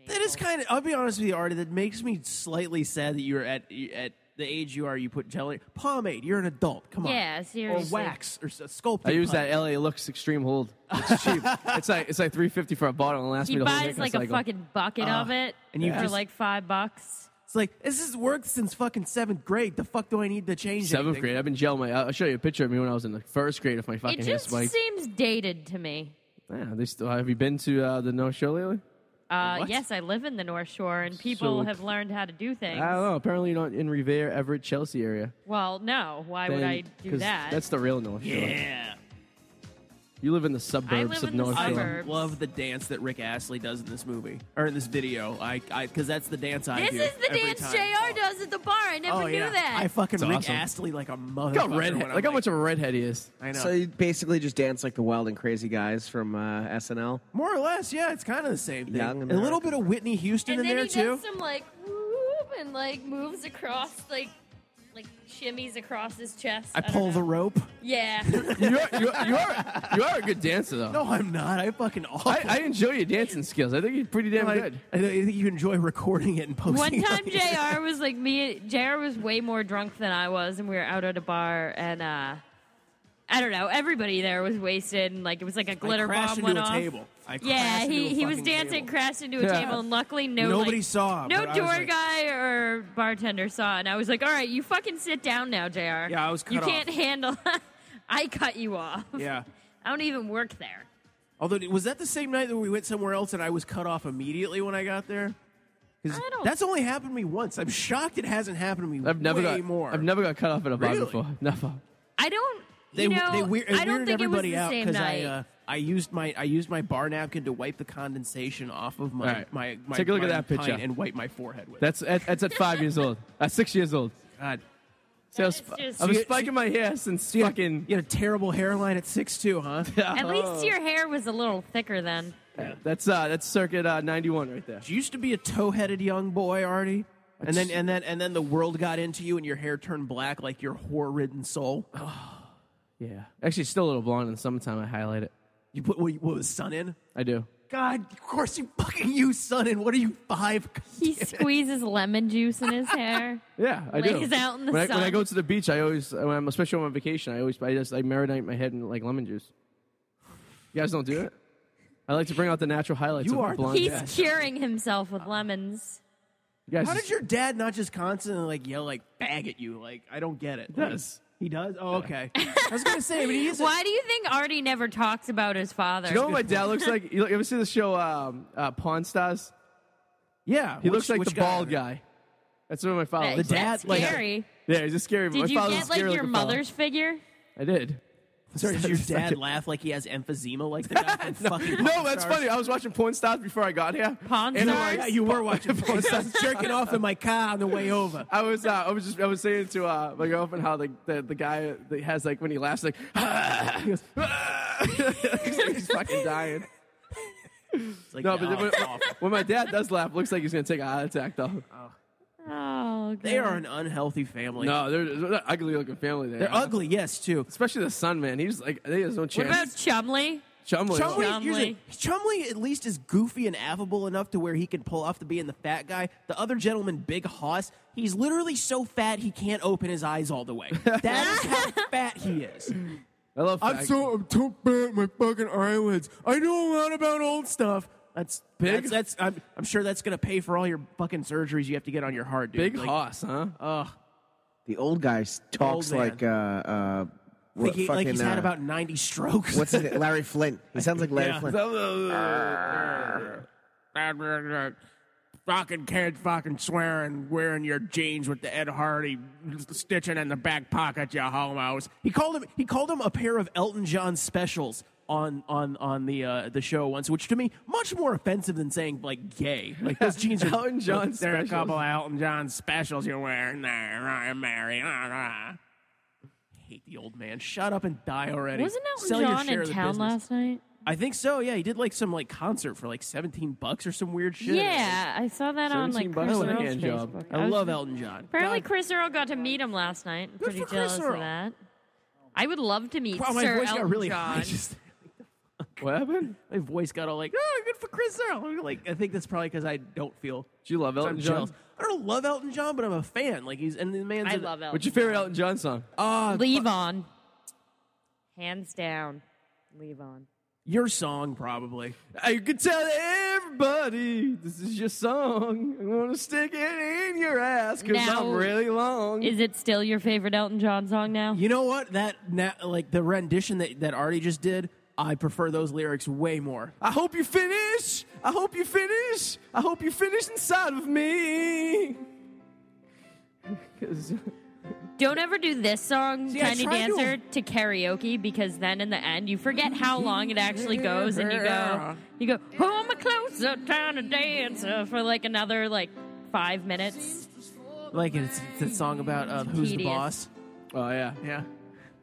Speaker 4: That is kind of. I'll be honest with you, Artie. That makes me slightly sad that you're at at the age you are. You put jelly pomade. You're an adult. Come on.
Speaker 5: Yeah,
Speaker 4: Or
Speaker 5: seriously.
Speaker 4: wax or s- sculpting.
Speaker 3: I use that
Speaker 4: putty.
Speaker 3: LA Looks Extreme Hold. It's cheap. it's like it's like three fifty for a bottle and it lasts
Speaker 5: He
Speaker 3: me the whole
Speaker 5: buys
Speaker 3: haircut
Speaker 5: like a
Speaker 3: cycle.
Speaker 5: fucking bucket of it
Speaker 4: oh. Ah. and you
Speaker 5: for
Speaker 4: just-
Speaker 5: like five bucks.
Speaker 4: It's like this has worked since fucking seventh grade. The fuck do I need to change?
Speaker 3: Seventh
Speaker 4: anything?
Speaker 3: grade. I've been gel my. I'll show you a picture of me when I was in the first grade with my fucking
Speaker 5: It
Speaker 3: hair
Speaker 5: just
Speaker 3: spiked.
Speaker 5: seems dated to me.
Speaker 3: Yeah, they still. Have you been to uh, the North Shore lately?
Speaker 5: Uh,
Speaker 4: What?
Speaker 5: yes, I live in the North Shore, and people
Speaker 3: So-
Speaker 5: have learned how to do things.
Speaker 3: I don't know. Apparently, you're not in Revere, Everett, Chelsea area.
Speaker 5: Well, no. Why would
Speaker 3: Then-
Speaker 5: I do
Speaker 3: 'cause
Speaker 5: that?
Speaker 3: That's the real North Shore.
Speaker 4: Yeah.
Speaker 3: You live in the suburbs
Speaker 5: live
Speaker 3: of
Speaker 5: in the
Speaker 3: North
Speaker 4: I
Speaker 5: suburbs.
Speaker 3: Shore.
Speaker 5: Verbs.
Speaker 4: love the dance that Rick Astley does in this movie or in this video. I I because that's the dance I
Speaker 5: this
Speaker 4: do.
Speaker 5: is the
Speaker 4: every
Speaker 5: dance
Speaker 4: time.
Speaker 5: JR does at the bar. I never
Speaker 4: Oh
Speaker 5: knew
Speaker 4: yeah,
Speaker 5: that.
Speaker 4: I fucking
Speaker 3: It's
Speaker 4: Rick
Speaker 3: awesome.
Speaker 4: Astley like a motherfucker.
Speaker 3: Look how redhead.
Speaker 4: when I'm
Speaker 3: Look how much of a redhead he is.
Speaker 4: I know.
Speaker 6: So you basically just dance like the wild and crazy guys from uh, SNL.
Speaker 4: More or less, yeah, it's kind of the same thing.
Speaker 6: Young
Speaker 4: And a little
Speaker 6: American.
Speaker 4: bit of Whitney Houston
Speaker 5: and
Speaker 4: in
Speaker 5: then
Speaker 4: there
Speaker 5: he
Speaker 4: too.
Speaker 5: does some like whoop and like moves across like like shimmies across his chest.
Speaker 4: I
Speaker 5: don't
Speaker 4: pull
Speaker 5: know.
Speaker 4: the rope.
Speaker 5: yeah.
Speaker 3: You're you're, you're, you are a good dancer though.
Speaker 4: No, I'm not. I fucking awful.
Speaker 3: I, I enjoy your dancing skills. I think you're pretty damn
Speaker 4: I,
Speaker 3: good.
Speaker 4: I think you enjoy recording it and posting.
Speaker 5: One
Speaker 4: it on
Speaker 5: time,
Speaker 4: the-
Speaker 5: Jr. was like me. Jr. was way more drunk than I was, and we were out at a bar, and uh, I don't know. Everybody there was wasted, and like it was like a glitter
Speaker 4: I crashed
Speaker 5: bomb
Speaker 4: into
Speaker 5: went
Speaker 4: a
Speaker 5: off.
Speaker 4: table. I
Speaker 5: Yeah,
Speaker 4: crashed into
Speaker 5: he,
Speaker 4: a
Speaker 5: he was
Speaker 4: fucking
Speaker 5: dancing,
Speaker 4: table.
Speaker 5: crashed into a
Speaker 3: Yeah.
Speaker 5: table, and luckily no
Speaker 4: Nobody
Speaker 5: like,
Speaker 4: saw,
Speaker 5: no
Speaker 4: but I was
Speaker 5: door
Speaker 4: like-
Speaker 5: guy or bartender saw, and I was like, "All right, you fucking sit down now, Jr." Yeah,
Speaker 4: I was cut
Speaker 5: you
Speaker 4: off.
Speaker 5: can't handle. I cut you off.
Speaker 4: Yeah.
Speaker 5: I don't even work there.
Speaker 4: Although, was that the same night that we went somewhere else and I was cut off immediately when I got there? 'Cause
Speaker 5: I don't-
Speaker 4: That's only happened to me once. I'm shocked it hasn't happened to me
Speaker 3: I've never
Speaker 4: way
Speaker 3: got
Speaker 4: more.
Speaker 3: I've never got cut off at a bar
Speaker 4: Really?
Speaker 3: before. Never.
Speaker 5: I don't.
Speaker 4: They,
Speaker 5: you know,
Speaker 4: they weir- it
Speaker 5: I don't
Speaker 4: weirded
Speaker 5: think it was
Speaker 4: everybody
Speaker 5: the
Speaker 4: out
Speaker 5: same
Speaker 4: I
Speaker 5: night.
Speaker 4: uh, I used my I used my bar napkin to wipe the condensation off of my
Speaker 3: All right.
Speaker 4: my, my
Speaker 3: Take a look at
Speaker 4: my
Speaker 3: that picture.
Speaker 4: pint and wipe my forehead with.
Speaker 3: That's at, that's at five years old. At six years old.
Speaker 4: God.
Speaker 3: See, I was,
Speaker 5: That is just-
Speaker 3: I was
Speaker 5: See,
Speaker 3: spiking my hair since
Speaker 4: You had-
Speaker 3: fucking.
Speaker 4: you had a terrible hairline at six two, huh?
Speaker 5: At
Speaker 4: uh,
Speaker 5: least your hair was a little thicker then.
Speaker 3: That's uh, that's circuit uh, ninety one right there.
Speaker 4: You used to be a toe-headed young boy, Artie. And then and then and then the world got into you, and your hair turned black like your whore-ridden soul.
Speaker 3: Yeah, actually, it's still a little blonde in the summertime. I highlight it.
Speaker 4: You put what, what was sun in?
Speaker 3: I do.
Speaker 4: God, of course you fucking use sun in. What are you five?
Speaker 5: He squeezes lemon juice in his hair.
Speaker 3: Yeah, I
Speaker 5: Lays
Speaker 3: do.
Speaker 5: out in the
Speaker 3: when, I, when I
Speaker 5: sun.
Speaker 3: go to the beach, I always, when I'm especially when I'm on vacation, I always, I just, I marinate my head in like lemon juice. You guys don't do it. I like to bring out the natural highlights
Speaker 4: You
Speaker 3: of
Speaker 4: are
Speaker 3: my
Speaker 4: the
Speaker 3: blonde.
Speaker 5: He's
Speaker 3: hair.
Speaker 5: curing himself with lemons.
Speaker 3: You guys
Speaker 4: How
Speaker 3: just-
Speaker 4: did your dad not just constantly like yell like bag at you? Like I don't get it.
Speaker 3: does.
Speaker 4: Like, he does? Oh, okay. I was gonna say, but he is.
Speaker 5: Why do you think Artie never talks about his father?
Speaker 3: You know what my dad looks like? You ever see the show um, uh, Pawn Stars?
Speaker 4: yeah,
Speaker 3: He
Speaker 4: which-
Speaker 3: looks like
Speaker 4: which
Speaker 3: the bald
Speaker 4: guy.
Speaker 3: guy. That's what my father.
Speaker 5: That-
Speaker 3: looks like.
Speaker 4: dad,
Speaker 5: that's
Speaker 4: like-
Speaker 5: scary.
Speaker 3: Yeah, he's a scary. my
Speaker 5: Did you
Speaker 3: father's a
Speaker 5: get like
Speaker 3: scary
Speaker 5: your
Speaker 3: looking fella.
Speaker 5: mother's figure?
Speaker 3: I did.
Speaker 4: Sorry, does your dad
Speaker 3: Second.
Speaker 4: laugh like he has emphysema like the guy from fucking
Speaker 3: No,
Speaker 4: Pawn
Speaker 3: that's
Speaker 4: Stars?
Speaker 3: funny. I was watching Porn Stars before I got here.
Speaker 5: Pawn
Speaker 3: And
Speaker 5: Stars?
Speaker 3: I,
Speaker 4: Yeah, you were watching porn stars jerking off in my car on the way over.
Speaker 3: I was, uh, I was just, I was saying to uh, my girlfriend how the, the the guy that has like when he laughs like, he goes, he's, like, he's fucking dying.
Speaker 4: It's like,
Speaker 3: No, but
Speaker 4: oh,
Speaker 3: then when,
Speaker 4: it's awful.
Speaker 3: when my dad does laugh, it looks like he's gonna take a heart attack though.
Speaker 5: Oh,
Speaker 4: they
Speaker 5: God.
Speaker 4: are an unhealthy family.
Speaker 3: No, they're, they're an ugly looking family there.
Speaker 4: They're ugly, yes, too.
Speaker 3: especially the son man. He's like, they has no
Speaker 5: What
Speaker 3: chance.
Speaker 5: about Chumley?
Speaker 3: Chumley?
Speaker 4: Chumley,
Speaker 5: Chumley.
Speaker 4: here's the- Chumley at least is goofy and affable enough to where he can pull off the being the fat guy. The other gentleman, Big Hoss, he's literally so fat he can't open his eyes all the way. That is how fat he is.
Speaker 3: I love. fat-
Speaker 4: I'm too fat. My fucking eyelids. I know a lot about old stuff. That's
Speaker 3: Big-
Speaker 4: big. That's, that's I'm, I'm sure that's gonna pay for all your fucking surgeries you have to get on your heart, dude.
Speaker 3: big
Speaker 4: Like,
Speaker 3: hoss, huh?
Speaker 6: The old guy s- talks
Speaker 4: Old man.
Speaker 6: like uh, uh,
Speaker 4: I think
Speaker 6: what
Speaker 4: he- like
Speaker 6: fucking,
Speaker 4: he's had
Speaker 6: uh,
Speaker 4: about 90 strokes.
Speaker 6: what's his name? Larry Flint. He sounds like Larry
Speaker 4: Yeah.
Speaker 6: Flint.
Speaker 4: fucking kids fucking swearing, wearing your jeans with the Ed Hardy stitching in the back pocket, you homos. He called him. He called him a pair of Elton John specials. on on on the uh, the show once, which to me much more offensive than saying like gay. Like those jeans are
Speaker 3: Elton John
Speaker 4: There are a
Speaker 3: specials.
Speaker 4: couple of Elton John specials you're wearing there. I'm Mary. rah, rah. Hate the old man. Shut up and die already.
Speaker 5: Wasn't Elton
Speaker 4: Sell your
Speaker 5: John
Speaker 4: share
Speaker 5: in
Speaker 4: of the
Speaker 5: town
Speaker 4: business.
Speaker 5: last night?
Speaker 4: I think so. Yeah, he did like some like concert for like seventeen bucks or some weird shit.
Speaker 5: Yeah, I saw that
Speaker 3: 17
Speaker 5: on like
Speaker 3: bucks
Speaker 5: Chris
Speaker 3: on a
Speaker 5: Earl's
Speaker 3: hand job.
Speaker 5: Facebook.
Speaker 4: I
Speaker 5: was-
Speaker 4: love Elton John.
Speaker 5: Apparently,
Speaker 4: God,
Speaker 5: Chris Earl got to meet him last night. I'm pretty
Speaker 4: for Chris
Speaker 5: jealous
Speaker 4: Earl.
Speaker 5: of that. I would love to meet
Speaker 4: wow, my
Speaker 5: Sir
Speaker 4: voice
Speaker 5: Elton
Speaker 4: got really
Speaker 5: John.
Speaker 4: high. Just,
Speaker 3: What happened?
Speaker 4: my voice got all like, oh, good for Chris Earl. Like, I think that's probably because I don't feel.
Speaker 3: Do you love
Speaker 4: I'm
Speaker 3: Elton John?
Speaker 4: jealous. I don't love Elton John, but I'm a fan. Like he's and the man's.
Speaker 5: I
Speaker 4: an-
Speaker 5: love Elton.
Speaker 3: What's your favorite Elton John song?
Speaker 4: Ah,
Speaker 5: Leave on. Hands down. Leave on.
Speaker 4: your song probably.
Speaker 3: You could tell everybody this is your song. I'm gonna stick it in your ass because
Speaker 5: Now-
Speaker 3: I'm really long.
Speaker 5: Is it still your favorite Elton John song now?
Speaker 4: You know what? That na- like the rendition that that Artie just did. I prefer those lyrics way more.
Speaker 3: I hope you finish. I hope you finish. I hope you finish inside of me. Oh, 'Cause-
Speaker 5: Don't ever do this song,
Speaker 4: I
Speaker 5: Tiny
Speaker 4: tried to-
Speaker 5: Dancer, to... karaoke because then in the end you forget how long it actually goes and you go, you go, oh, I'm a closer, Tiny Dancer for like another like five minutes.
Speaker 4: Like it's, it's that song about uh, who's the
Speaker 5: tedious.
Speaker 4: boss.
Speaker 3: oh yeah.
Speaker 4: Yeah.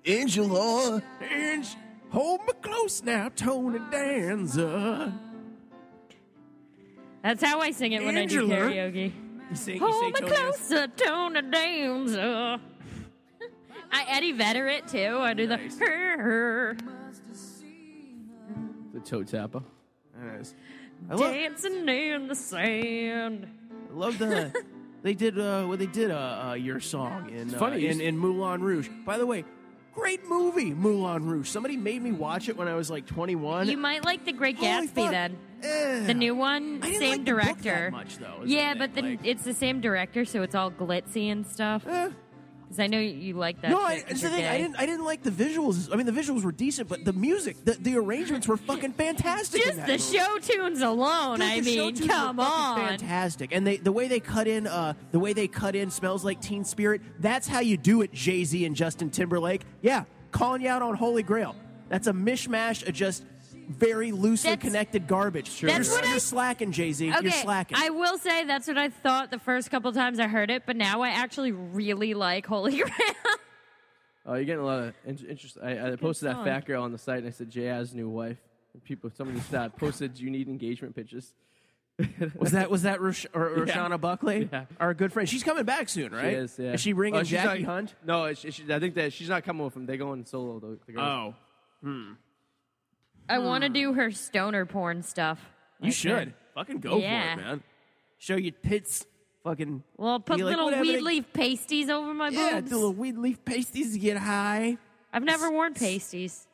Speaker 6: Angela.
Speaker 4: And hold me close now, Tony Danza.
Speaker 5: That's how I sing it when
Speaker 4: Angela.
Speaker 5: I do karaoke.
Speaker 4: You sing, you
Speaker 5: Hold
Speaker 4: sing
Speaker 5: me
Speaker 4: Tony Danza.
Speaker 5: closer, Tony Dancer. I Eddie Vedder it too. I do the.
Speaker 4: Nice.
Speaker 3: The toe tapper.
Speaker 4: Nice. I love,
Speaker 5: Dancing in the sand.
Speaker 4: I love the. they did uh, what they did. Uh, uh, your song in uh,
Speaker 3: funny, you
Speaker 4: in,
Speaker 3: s-
Speaker 4: in Moulin Rouge. By the way, great movie Moulin Rouge. Somebody made me watch it when I was like 21.
Speaker 5: You might like The Great
Speaker 4: Holy
Speaker 5: Gatsby
Speaker 4: fuck.
Speaker 5: then.
Speaker 4: Eh.
Speaker 5: The new one,
Speaker 4: I didn't
Speaker 5: same
Speaker 4: like the book that
Speaker 5: director.
Speaker 4: much, though, is
Speaker 5: yeah,
Speaker 4: the
Speaker 5: but
Speaker 4: thing,
Speaker 5: then
Speaker 4: like- Eh.
Speaker 5: it's the same director, so it's all glitzy and stuff. Because I know you like that.
Speaker 4: No,
Speaker 5: shit
Speaker 4: I,
Speaker 5: 'cause
Speaker 4: it's the
Speaker 5: you're
Speaker 4: thing. I
Speaker 5: gay.
Speaker 4: didn't. I didn't like the visuals. I mean, the visuals were decent, but the music, the, the arrangements were fucking fantastic. in
Speaker 5: Just
Speaker 4: that
Speaker 5: the
Speaker 4: movie.
Speaker 5: show tunes alone.
Speaker 4: Dude,
Speaker 5: I
Speaker 4: the show
Speaker 5: mean,
Speaker 4: tunes
Speaker 5: come
Speaker 4: were fucking
Speaker 5: on.
Speaker 4: fantastic! And they the way they cut in, uh, the way they cut in smells like Teen Spirit. That's how you do it, Jay Z and Justin Timberlake. Yeah, calling you out on Holy Grail. That's a mishmash of just very loosely
Speaker 5: That's-
Speaker 4: connected garbage.
Speaker 5: That's
Speaker 4: you're,
Speaker 5: what
Speaker 4: you're
Speaker 5: I-
Speaker 4: slacking, Jay Z.
Speaker 5: Okay,
Speaker 4: you're slacking.
Speaker 5: I will say that's what I thought the first couple times I heard it, but now I actually really like Holy Grail.
Speaker 3: Oh, you're getting a lot of in- interest. I, I posted that
Speaker 5: song.
Speaker 3: fat girl on the site, and I said Jazz new wife. And people, somebody said posted you need engagement pictures.
Speaker 4: was that was that Rosh- or, or
Speaker 3: Yeah.
Speaker 4: Roshana Buckley,
Speaker 3: Yeah.
Speaker 4: our good friend? She's coming back soon, right?
Speaker 3: She is, yeah.
Speaker 4: she ringing
Speaker 3: Oh, she's
Speaker 4: Jackie
Speaker 3: not-
Speaker 4: Hunt?
Speaker 3: No, it's, it's, I think that she's not coming with them. They're going solo. The, the girls.
Speaker 4: Oh,
Speaker 5: I want to do her stoner porn stuff.
Speaker 4: you should fucking go
Speaker 5: Yeah.
Speaker 4: for it, man. Show your tits, fucking.
Speaker 5: Well, put
Speaker 4: Be like,
Speaker 5: little
Speaker 4: whatever
Speaker 5: weed
Speaker 4: they-
Speaker 5: leaf pasties over my
Speaker 4: Yeah,
Speaker 5: boobs.
Speaker 4: do little weed leaf pasties to get high.
Speaker 5: I've never worn pasties.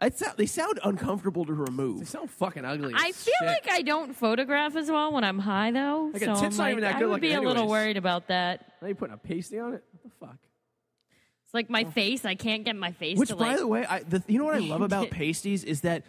Speaker 4: It's, they sound uncomfortable to
Speaker 3: They
Speaker 4: remove.
Speaker 3: sound fucking ugly.
Speaker 5: I
Speaker 3: as
Speaker 5: feel
Speaker 3: shit.
Speaker 5: like I don't photograph as well when I'm high, though.
Speaker 3: Like, a
Speaker 5: so
Speaker 3: tit's
Speaker 5: I'm
Speaker 3: not even
Speaker 5: like,
Speaker 3: that
Speaker 5: I
Speaker 3: good
Speaker 5: would
Speaker 3: looking
Speaker 5: be a little
Speaker 3: anyways.
Speaker 5: worried about that.
Speaker 3: Now you putting a pasty on it? What the fuck?
Speaker 5: It's like my face. I can't get my face.
Speaker 4: Oh. Which,
Speaker 5: to,
Speaker 4: by
Speaker 5: like,
Speaker 4: the way, I, the, you know what I love about pasties is that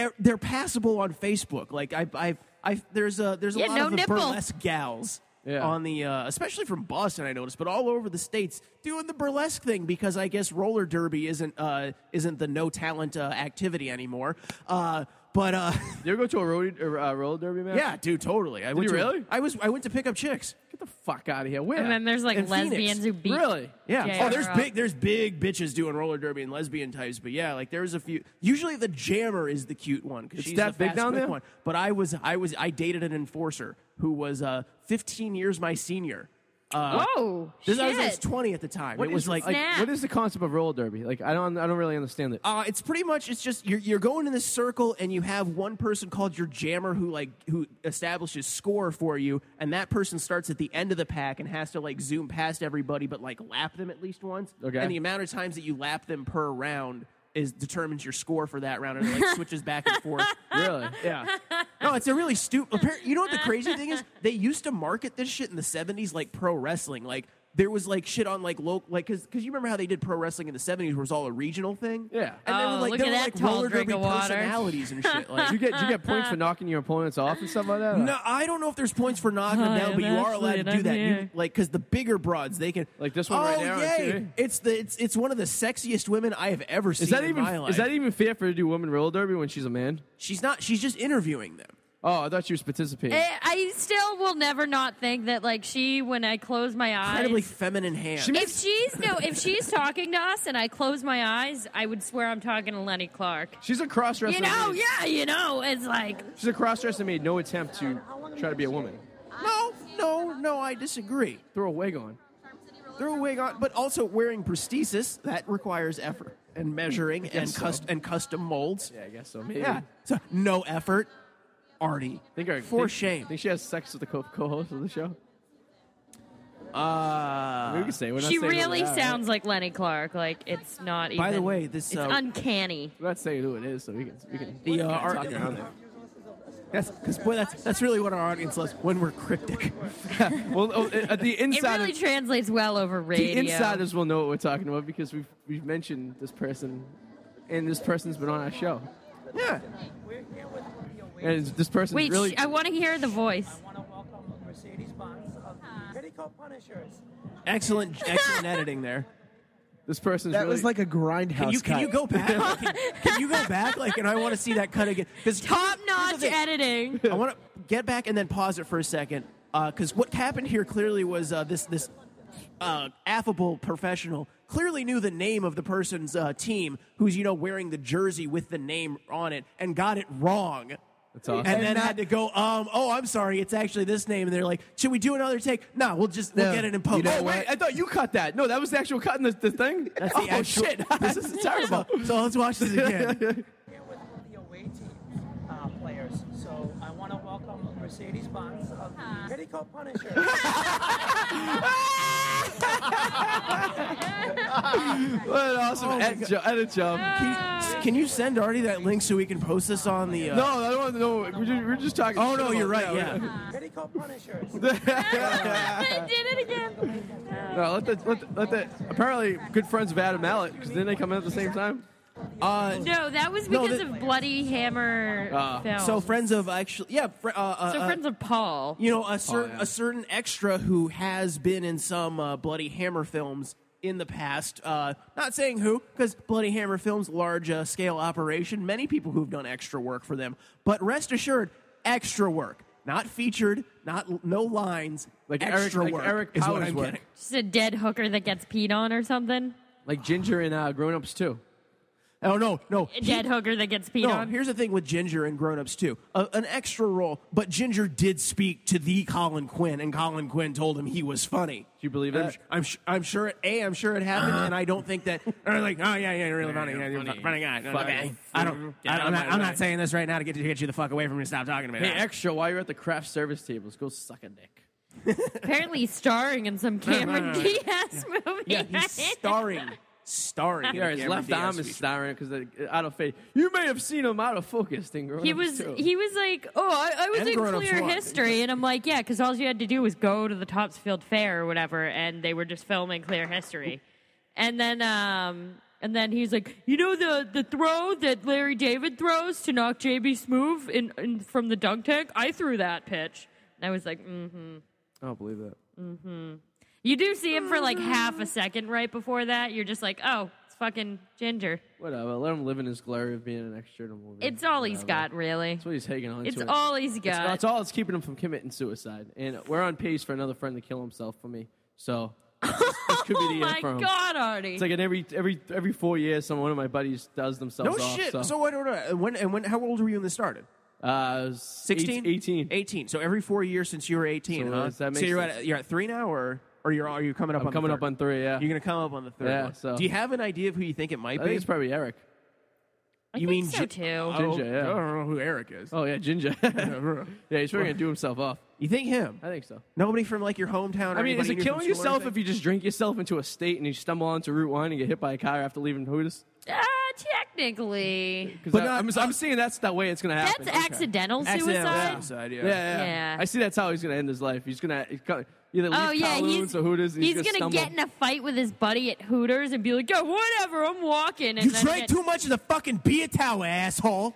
Speaker 4: e- they're passable on Facebook. Like I, I, I there's a there's a
Speaker 5: Yeah,
Speaker 4: lot
Speaker 5: no
Speaker 4: of the
Speaker 5: nipple.
Speaker 4: burlesque gals
Speaker 3: Yeah.
Speaker 4: on the, uh, especially from Boston, I noticed, but all over the states doing the burlesque thing because I guess roller derby isn't uh, isn't the no talent uh, activity anymore. Uh, but uh,
Speaker 3: Did you ever go to a road, or, uh, roller derby match?
Speaker 4: yeah, dude, totally. I went
Speaker 3: you
Speaker 4: to-
Speaker 3: really?
Speaker 4: I was I went to pick up chicks.
Speaker 3: Get the fuck out of here. Where?
Speaker 5: and then there's like
Speaker 4: in Phoenix.
Speaker 5: lesbians who beat.
Speaker 3: really?
Speaker 4: Yeah.
Speaker 5: JR
Speaker 4: oh, there's
Speaker 5: up.
Speaker 4: big there's big bitches doing roller derby and lesbian types, but yeah, like there's a few. Usually the jammer is the cute one because
Speaker 3: It's
Speaker 4: she's
Speaker 3: that
Speaker 4: the
Speaker 3: big
Speaker 4: fast,
Speaker 3: down
Speaker 4: quick
Speaker 3: there?
Speaker 4: one. But I was I was I dated an enforcer who was uh 15 years my senior. Uh,
Speaker 5: Whoa!
Speaker 4: This,
Speaker 5: shit.
Speaker 4: I was I was 20 at the time.
Speaker 3: What
Speaker 4: it
Speaker 3: is-
Speaker 4: was like.
Speaker 5: Snap.
Speaker 3: what is the concept of roller derby? Like, I don't, I don't really understand it.
Speaker 4: uh, it's pretty much it's just you're, you're going in this circle and you have one person called your jammer who like who establishes score for you and that person starts at the end of the pack and has to like zoom past everybody but like lap them at least once
Speaker 3: Okay.
Speaker 4: and the amount of times that you lap them per round is determines your score for that round and it like switches back and forth
Speaker 3: really? Yeah.
Speaker 4: no, it's a really stupid. You know what the crazy thing is? They used to market this shit in the seventies like pro wrestling. Like there was like shit on like local like because you remember how they did pro wrestling in the seventies was all a regional thing.
Speaker 3: Yeah.
Speaker 4: and they
Speaker 5: Oh,
Speaker 4: were like
Speaker 5: look
Speaker 4: they
Speaker 5: at
Speaker 4: were
Speaker 5: that
Speaker 4: like
Speaker 5: tall
Speaker 4: roller
Speaker 5: drink
Speaker 4: derby
Speaker 5: of water.
Speaker 4: personalities and shit.
Speaker 3: Do you
Speaker 4: Like,
Speaker 3: get do you get points for knocking your opponents off and stuff like that?
Speaker 4: no, I don't know if there's points for knocking them
Speaker 5: Hi,
Speaker 4: down, but you
Speaker 5: I'm
Speaker 4: are allowed to
Speaker 5: Ashley, and
Speaker 4: do
Speaker 5: I'm
Speaker 4: that. You,
Speaker 5: here.
Speaker 4: like because the bigger broads they can
Speaker 3: Like this one
Speaker 4: oh,
Speaker 3: right now on
Speaker 4: yay.
Speaker 3: TV?
Speaker 4: It's the it's it's one of the sexiest women I have ever seen
Speaker 3: Is that
Speaker 4: in
Speaker 3: even
Speaker 4: my life.
Speaker 3: is that e-, even fair for her to do women roller derby when she's a man?
Speaker 4: she's not. She's just interviewing them.
Speaker 3: Oh, I thought she was participating.
Speaker 5: I, I still will never not think that like she when I close my
Speaker 4: Incredibly
Speaker 5: eyes.
Speaker 4: feminine hands.
Speaker 5: If she's no, if she's talking to us and I close my eyes, I would swear I'm talking to Lenny Clark.
Speaker 3: She's a cross dresser.
Speaker 5: You know, yeah, you know, it's like
Speaker 3: She's a cross dresser made no attempt to try to be a woman.
Speaker 4: no, no, no. I disagree.
Speaker 3: Throw a wig on.
Speaker 4: Throw a wig on, but also wearing prosthesis that requires effort and measuring and cust- and custom molds.
Speaker 3: Yeah, I guess so. Maybe.
Speaker 4: Yeah. So no effort, Artie.
Speaker 3: Think her,
Speaker 4: For
Speaker 3: think-
Speaker 4: shame.
Speaker 3: Think she has sex with the co- co-host of the show?
Speaker 4: Uh,
Speaker 3: we can say we're not
Speaker 5: she
Speaker 3: saying who
Speaker 5: really
Speaker 3: they are, right?
Speaker 5: sounds like Lenny Clark. Like it's not even.
Speaker 4: By the way, this,
Speaker 5: it's
Speaker 4: uh,
Speaker 5: uncanny.
Speaker 3: We're not saying who it is, so we can we can
Speaker 4: the uh, our,
Speaker 3: talk around it.
Speaker 4: that's because boy, that's that's really what our audience loves when we're cryptic.
Speaker 3: Well, oh, uh, the
Speaker 5: It
Speaker 3: inside.
Speaker 5: really translates well over
Speaker 3: the
Speaker 5: radio.
Speaker 3: insiders will know what we're talking about because we've we've mentioned this person, and this person's been on our show,
Speaker 4: Yeah.
Speaker 3: and this person's
Speaker 5: Wait,
Speaker 3: really
Speaker 5: sh- I want to hear the voice.
Speaker 7: want to welcome Mercedes Bonds of Petticoat Punishers.
Speaker 4: Excellent, excellent editing there.
Speaker 3: this person's
Speaker 6: That
Speaker 3: really,
Speaker 6: was like a grindhouse.
Speaker 4: Can you can
Speaker 6: cut.
Speaker 4: you go back? Like, can, can you go back? Like, and I want to see that cut again. Because
Speaker 5: Top notch editing.
Speaker 4: I want to get back and then pause it for a second because what happened here clearly was uh, this this uh, affable professional clearly knew the name of the person's uh, team who's you know wearing the jersey with the name on it and got it wrong.
Speaker 3: That's awesome.
Speaker 4: And then had to go. Um, oh, I'm sorry. It's actually this name. And they're like, "Should we do another take? No, we'll just we'll
Speaker 6: No.
Speaker 4: get it in post."
Speaker 6: You know
Speaker 4: oh,
Speaker 6: what?
Speaker 4: wait,
Speaker 3: I thought you cut that. No, that was the actual cut in the, the thing.
Speaker 4: that's
Speaker 3: oh
Speaker 4: the actual-
Speaker 3: shit!
Speaker 4: this is terrible. so let's watch this again.
Speaker 7: Here with the away team uh, players. So I want to welcome Mercedes Bonds of Petticoat Punishers.
Speaker 3: What an awesome
Speaker 4: Oh my
Speaker 3: edit, jo- edit job.
Speaker 5: Ah.
Speaker 4: Can, can you send Artie that link so we can post this on the? Uh,
Speaker 3: No, I don't want to know. We're just, we're just talking.
Speaker 4: Oh
Speaker 3: shit
Speaker 4: no,
Speaker 3: about-
Speaker 4: you're right. Yeah.
Speaker 7: Petticoat Punishers.
Speaker 5: I did it again.
Speaker 3: No, let the, let the, let the, apparently good friends of Adam Mallet because then they come in at the same time.
Speaker 4: Uh,
Speaker 5: No, that was
Speaker 4: No,
Speaker 5: because
Speaker 4: that-
Speaker 5: of Bloody Hammer
Speaker 3: Ah.
Speaker 5: film.
Speaker 4: So friends of actually, yeah, fr- uh, uh,
Speaker 5: So
Speaker 4: uh,
Speaker 5: friends of Paul.
Speaker 4: you know, a certain
Speaker 3: Oh, yeah.
Speaker 4: a certain extra who has been in some uh, Bloody Hammer films in the past. Uh, not saying who, because Bloody Hammer films large uh, scale operation. Many people who've done extra work for them, but rest assured, extra work, not featured, not no lines,
Speaker 3: Like
Speaker 4: extra
Speaker 3: Eric,
Speaker 4: work
Speaker 3: like Eric
Speaker 4: is
Speaker 3: Powers
Speaker 4: what I'm
Speaker 3: work.
Speaker 4: getting.
Speaker 5: Just a dead hooker that gets peed on or something.
Speaker 3: Like Ginger and uh, Grown Ups too.
Speaker 4: Oh no, no,
Speaker 5: A dead hooker that gets peed
Speaker 4: No,
Speaker 5: on.
Speaker 4: here's the thing with Ginger and Grown Ups too. A an extra role, but Ginger did speak to the Colin Quinn, and Colin Quinn told him he was funny.
Speaker 3: Do you believe
Speaker 4: I'm
Speaker 3: that?
Speaker 4: su- I'm, su- I'm sure. It, a, I'm sure it happened, and I don't think that. Or like, oh yeah, yeah, you're really funny. Yeah, you're a funny guy. No,
Speaker 3: Funny.
Speaker 4: okay. I don't. I, I'm, not, I'm not saying this right now to get, to get you the fuck away from me. Stop talking to me.
Speaker 3: Hey,
Speaker 4: now.
Speaker 3: extra, while you're at the craft service tables, go suck a dick.
Speaker 5: Apparently starring in some Cameron Diaz movie.
Speaker 4: yeah, he's starring, starring.
Speaker 3: Yeah, his left arm is staring because out of fate. You may have seen him out of focus in Grown
Speaker 5: He
Speaker 3: Ups
Speaker 5: was
Speaker 3: too.
Speaker 5: he was like, oh, I, I was
Speaker 4: And
Speaker 5: in
Speaker 4: grown-ups
Speaker 5: clear
Speaker 4: walk.
Speaker 5: history, and I'm like, yeah, because all you had to do was go to the Topsfield Fair or whatever, and they were just filming clear history, and then um and then he's like, you know the the throw that Larry David throws to knock JB Smoove in, in from the dunk tank, I threw that pitch, and I was like, mm-hmm.
Speaker 3: I don't believe that.
Speaker 5: you do see him for like half a second right before that, you're just like, oh, it's fucking Ginger,
Speaker 3: Whatever. Let him live in his glory of being an extra in a movie.
Speaker 5: it's all he's
Speaker 3: Whatever.
Speaker 5: got really,
Speaker 3: That's what he's hanging on
Speaker 5: it's
Speaker 3: to.
Speaker 5: all he's
Speaker 3: It's-
Speaker 5: got.
Speaker 3: That's all that's keeping him from committing suicide. And we're on pace for another friend to kill himself for me. So this, this could be
Speaker 5: Oh
Speaker 3: the end
Speaker 5: my
Speaker 3: for him.
Speaker 5: god, Artie!
Speaker 3: It's like in every every every four years, some one of my buddies does themselves
Speaker 4: No
Speaker 3: off.
Speaker 4: shit.
Speaker 3: So,
Speaker 4: So what? When and when? How old were you when this started?
Speaker 3: uh,
Speaker 4: 16?
Speaker 3: 18.
Speaker 4: 18. So every four years since you were 18,
Speaker 3: So
Speaker 4: huh?
Speaker 3: does that make
Speaker 4: so you're
Speaker 3: sense?
Speaker 4: at, you're at three now, or or you're are you coming up?
Speaker 3: I'm
Speaker 4: on
Speaker 3: coming
Speaker 4: the
Speaker 3: up
Speaker 4: third?
Speaker 3: on three. Yeah,
Speaker 4: You're gonna come up on the third.
Speaker 3: Yeah,
Speaker 4: one.
Speaker 3: so-
Speaker 4: do you have an idea of who you think it might
Speaker 3: I
Speaker 4: be?
Speaker 3: think it's probably Eric.
Speaker 5: I
Speaker 4: you
Speaker 5: think
Speaker 4: mean Gi-
Speaker 5: so too.
Speaker 4: Oh,
Speaker 3: Ginger, yeah.
Speaker 4: I don't know who Eric is.
Speaker 3: Oh yeah, Ginger. yeah, he's probably gonna do himself off.
Speaker 4: You think him?
Speaker 3: I think so.
Speaker 4: Nobody from like your hometown? Or
Speaker 3: I mean, is it
Speaker 4: anybody you knew from
Speaker 3: killing
Speaker 4: school or
Speaker 3: yourself if
Speaker 4: anything?
Speaker 3: you just drink yourself into a state and you stumble onto Route One and get hit by a car after leaving Hootis?
Speaker 5: Uh, technically,
Speaker 3: Because
Speaker 4: But
Speaker 3: I'm,
Speaker 4: not-
Speaker 3: I'm seeing that's that way it's gonna
Speaker 5: that's
Speaker 3: happen.
Speaker 5: accidental
Speaker 4: Accidental
Speaker 5: suicide.
Speaker 4: suicide, yeah.
Speaker 3: Yeah, yeah, yeah.
Speaker 5: Yeah.
Speaker 3: I see that's how he's gonna end his life. He's gonna he's gonna- Either leave
Speaker 5: Oh yeah,
Speaker 3: Kowloon,
Speaker 5: he's
Speaker 3: so who does
Speaker 5: he's, gonna,
Speaker 3: stumble.
Speaker 5: get in a fight with his buddy at Hooters and be like, "Yo, whatever, I'm walking." And
Speaker 4: You
Speaker 5: then
Speaker 4: drank
Speaker 5: get-
Speaker 4: too much of the fucking beer tower, asshole.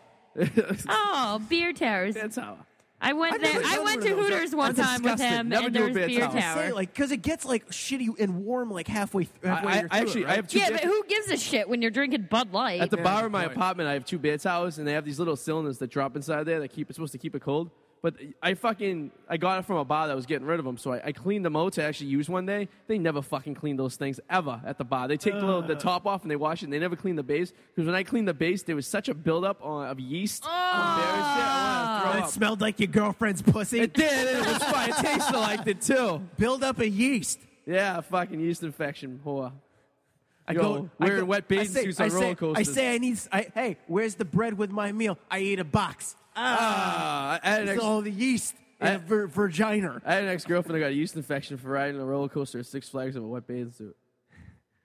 Speaker 5: Oh, beer towers.
Speaker 3: That's how.
Speaker 5: I went
Speaker 4: never
Speaker 5: there. I
Speaker 4: done
Speaker 5: went
Speaker 4: one
Speaker 5: to
Speaker 4: of those.
Speaker 5: Hooters one
Speaker 3: That's
Speaker 5: time with
Speaker 3: disgusting.
Speaker 5: him,
Speaker 3: Never
Speaker 5: and
Speaker 3: do a
Speaker 5: there was
Speaker 3: beer
Speaker 5: beer
Speaker 3: tower.
Speaker 5: tower.
Speaker 4: Say, like, because it gets like shitty and warm like halfway th- halfway
Speaker 3: I,
Speaker 4: you're
Speaker 3: I
Speaker 4: through
Speaker 3: actually
Speaker 4: it,
Speaker 3: I
Speaker 4: right?
Speaker 3: have two.
Speaker 5: yeah,
Speaker 3: beer-
Speaker 5: but who gives a shit when you're drinking Bud Light?
Speaker 3: At the bar in my
Speaker 4: point.
Speaker 3: apartment, I have two beer towers, and they have these little cylinders that drop inside there that keep it's supposed to keep it cold. But I fucking I got it from a bar that was getting rid of them, so I, I cleaned them out to actually use one day. They never fucking clean those things ever at the bar. They take the, little, the top off and they wash it. and They never clean the base because when I cleaned the base, there was such a buildup on, of yeast. on beer and shit, I wanted to
Speaker 4: It
Speaker 3: throw up.
Speaker 4: smelled like your girlfriend's pussy.
Speaker 3: It did. And it was fine. It tasted like it too.
Speaker 4: build up a yeast.
Speaker 3: Yeah, fucking yeast infection, whore. I
Speaker 4: Yo,
Speaker 3: go
Speaker 4: I
Speaker 3: wearing
Speaker 4: go-
Speaker 3: wet
Speaker 4: I
Speaker 3: bathing
Speaker 4: say-
Speaker 3: suits
Speaker 4: I
Speaker 3: on
Speaker 4: say-
Speaker 3: roller coasters.
Speaker 4: I say I need. I, hey, where's the bread with my meal? I eat a box.
Speaker 3: Ah, I had an
Speaker 4: It's
Speaker 3: ex-
Speaker 4: all the yeast and
Speaker 3: I-
Speaker 4: a vir- virgina.
Speaker 3: I had an ex-girlfriend that got a yeast infection for riding a roller coaster at Six Flags in a wet bathing suit.